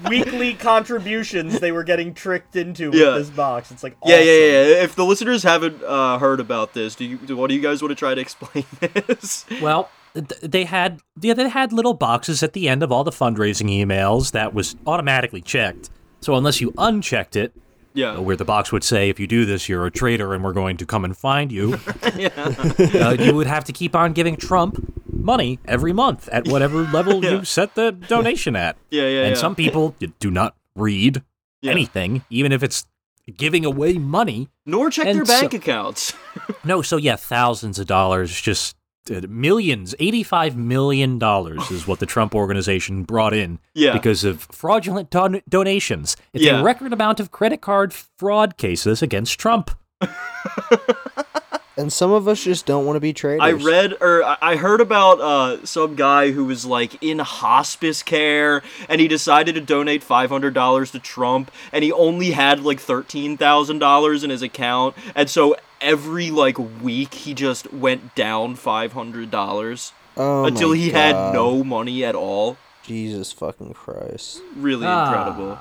Speaker 3: Weekly contributions they were getting tricked into
Speaker 1: Yeah.
Speaker 3: with this box. It's like
Speaker 1: Yeah, yeah,
Speaker 3: awesome.
Speaker 1: yeah, yeah. If the listeners haven't uh, heard about this, do you? Do, what do you guys want to try to explain this?
Speaker 4: Well, th- they had yeah, they had little boxes at the end of all the fundraising emails that was automatically checked. So unless you unchecked it,
Speaker 1: yeah,
Speaker 4: where the box would say, if you do this, you're a traitor and we're going to come and find you. uh, you would have to keep on giving Trump money every month at whatever level
Speaker 1: Yeah.
Speaker 4: you set the donation at.
Speaker 1: yeah, yeah.
Speaker 4: and
Speaker 1: yeah.
Speaker 4: some people d- do not read
Speaker 1: Yeah.
Speaker 4: anything, even if it's giving away money.
Speaker 1: nor check their
Speaker 4: and so-
Speaker 1: bank accounts.
Speaker 4: No, so yeah, thousands of dollars, just uh, millions, $85 million is what the Trump organization brought in
Speaker 1: Yeah.
Speaker 4: because of fraudulent don- donations. It's
Speaker 1: Yeah.
Speaker 4: a record amount of credit card fraud cases against Trump.
Speaker 2: And some of us just don't want to be traitors.
Speaker 1: I read or I- I heard about uh, some guy who was like in hospice care, and he decided to donate five hundred dollars to Trump, and he only had like thirteen thousand dollars in his account, and so every like week he just went down five hundred dollars
Speaker 2: Oh my
Speaker 1: until he had
Speaker 2: God.
Speaker 1: no money at all.
Speaker 2: Jesus fucking Christ.
Speaker 1: Really
Speaker 4: Ah.
Speaker 1: incredible.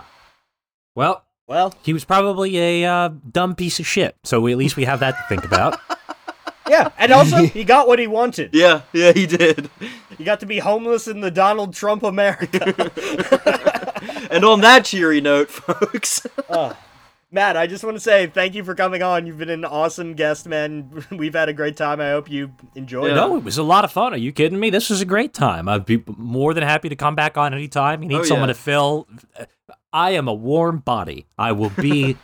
Speaker 4: Well,
Speaker 3: Well,
Speaker 4: he was probably a uh, dumb piece of shit. So at least we have that to think about.
Speaker 3: yeah, and also he got what he wanted.
Speaker 1: Yeah, yeah, he did.
Speaker 3: He got to be homeless in the Donald Trump America.
Speaker 1: And on that cheery note, folks,
Speaker 3: Matt, I just want to say thank you for coming on. You've been an awesome guest, man. We've had a great time. I hope you enjoyed
Speaker 1: Yeah.
Speaker 3: it.
Speaker 4: No, it was a lot of fun. Are you kidding me? This was a great time. I'd be more than happy to come back on anytime. You need
Speaker 1: Oh,
Speaker 4: someone
Speaker 1: yeah.
Speaker 4: to fill. I am a warm body. I will be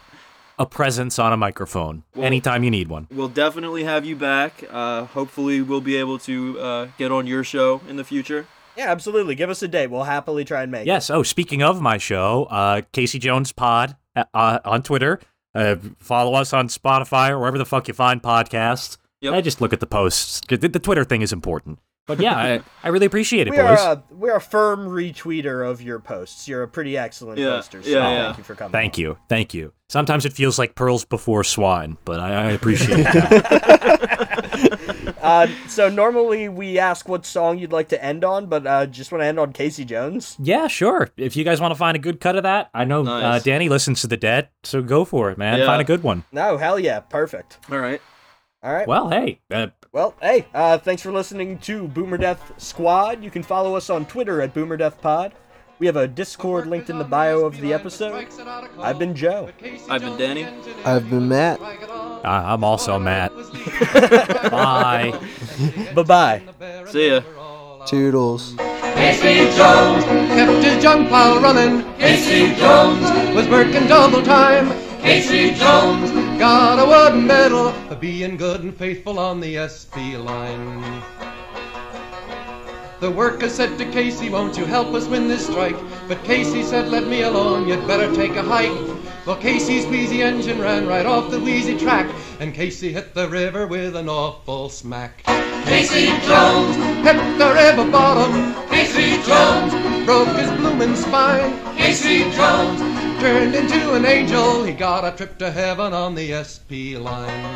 Speaker 4: a presence on a microphone anytime you need one.
Speaker 1: we'll definitely have you back. Uh, hopefully, we'll be able to uh, get on your show in the future.
Speaker 3: Yeah, absolutely. Give us a date. We'll happily try and make it.
Speaker 4: Yes. Oh, speaking of my show, uh, Casey Jones Pod uh, uh, on Twitter. Uh, follow us on Spotify or wherever the fuck you find podcasts.
Speaker 1: Yep.
Speaker 4: I just look at the posts. The, the Twitter thing is important. But yeah, I, I really appreciate it,
Speaker 3: We
Speaker 4: boys.
Speaker 3: are, uh, a, we are a firm retweeter of your posts. You're a pretty excellent
Speaker 1: Yeah,
Speaker 3: poster, so
Speaker 1: yeah, yeah.
Speaker 3: thank you for coming.
Speaker 4: Thank you. Thank you. Sometimes it feels like pearls before swine, but I, I appreciate it.
Speaker 3: Uh, so normally we ask what song you'd like to end on, but uh, just want to end on Casey Jones.
Speaker 4: yeah, sure. If you guys want to find a good cut of that, I know
Speaker 1: Nice.
Speaker 4: uh, Danny listens to The Dead, so go for it, man.
Speaker 1: Yeah.
Speaker 4: Find a good one.
Speaker 3: No, hell yeah, perfect.
Speaker 1: All right.
Speaker 3: All right.
Speaker 4: Well, hey, uh,
Speaker 3: Well, hey, uh, thanks for listening to Boomer Death Squad. You can follow us on Twitter at Boomer Death Pod. We have a Discord linked in the bio of the episode. I've been Joe.
Speaker 1: I've been Danny.
Speaker 2: I've been Matt.
Speaker 4: I- I'm also Matt. Bye.
Speaker 3: Bye bye.
Speaker 1: See ya.
Speaker 2: Toodles.
Speaker 7: Casey Jones kept his junk pile running. Casey Jones was working double time. Casey Jones got a wooden medal for being good and faithful on the SP line. The workers said to Casey, won't you help us win this strike? But Casey said, let me alone, you'd better take a hike. Well, Casey's wheezy engine ran right off the wheezy track, and Casey hit the river with an awful smack. Casey Jones hit the river bottom. Casey Jones broke his bloomin' spine. Casey Jones turned into an angel. He got a trip to heaven on the SP line.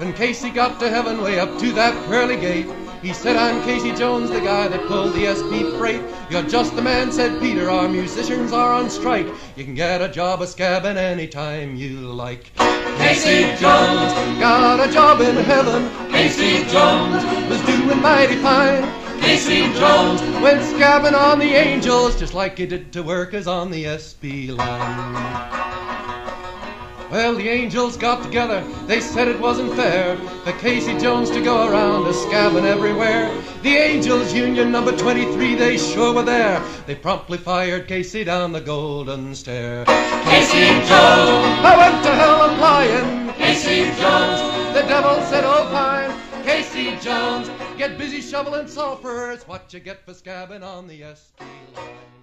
Speaker 7: And Casey got to heaven way up to that pearly gate. He said, I'm Casey Jones, the guy that pulled the SP freight. You're just the man, said Peter. Our musicians are on strike. You can get a job a scabbing anytime you like. Casey Jones got a job in heaven. Casey Jones was doing mighty fine. Casey Jones went scabbing on the angels just like he did to workers on the SP line. Well, the angels got together. They said it wasn't fair for Casey Jones to go around a scabbing everywhere. The angels, Union number 23, they sure were there. They promptly fired Casey down the golden stair. Casey Jones, I went to hell a flying. Casey Jones, the devil said, oh fine. Casey Jones, get busy shoveling sulfur. It's what you get for scabbing on the SP line.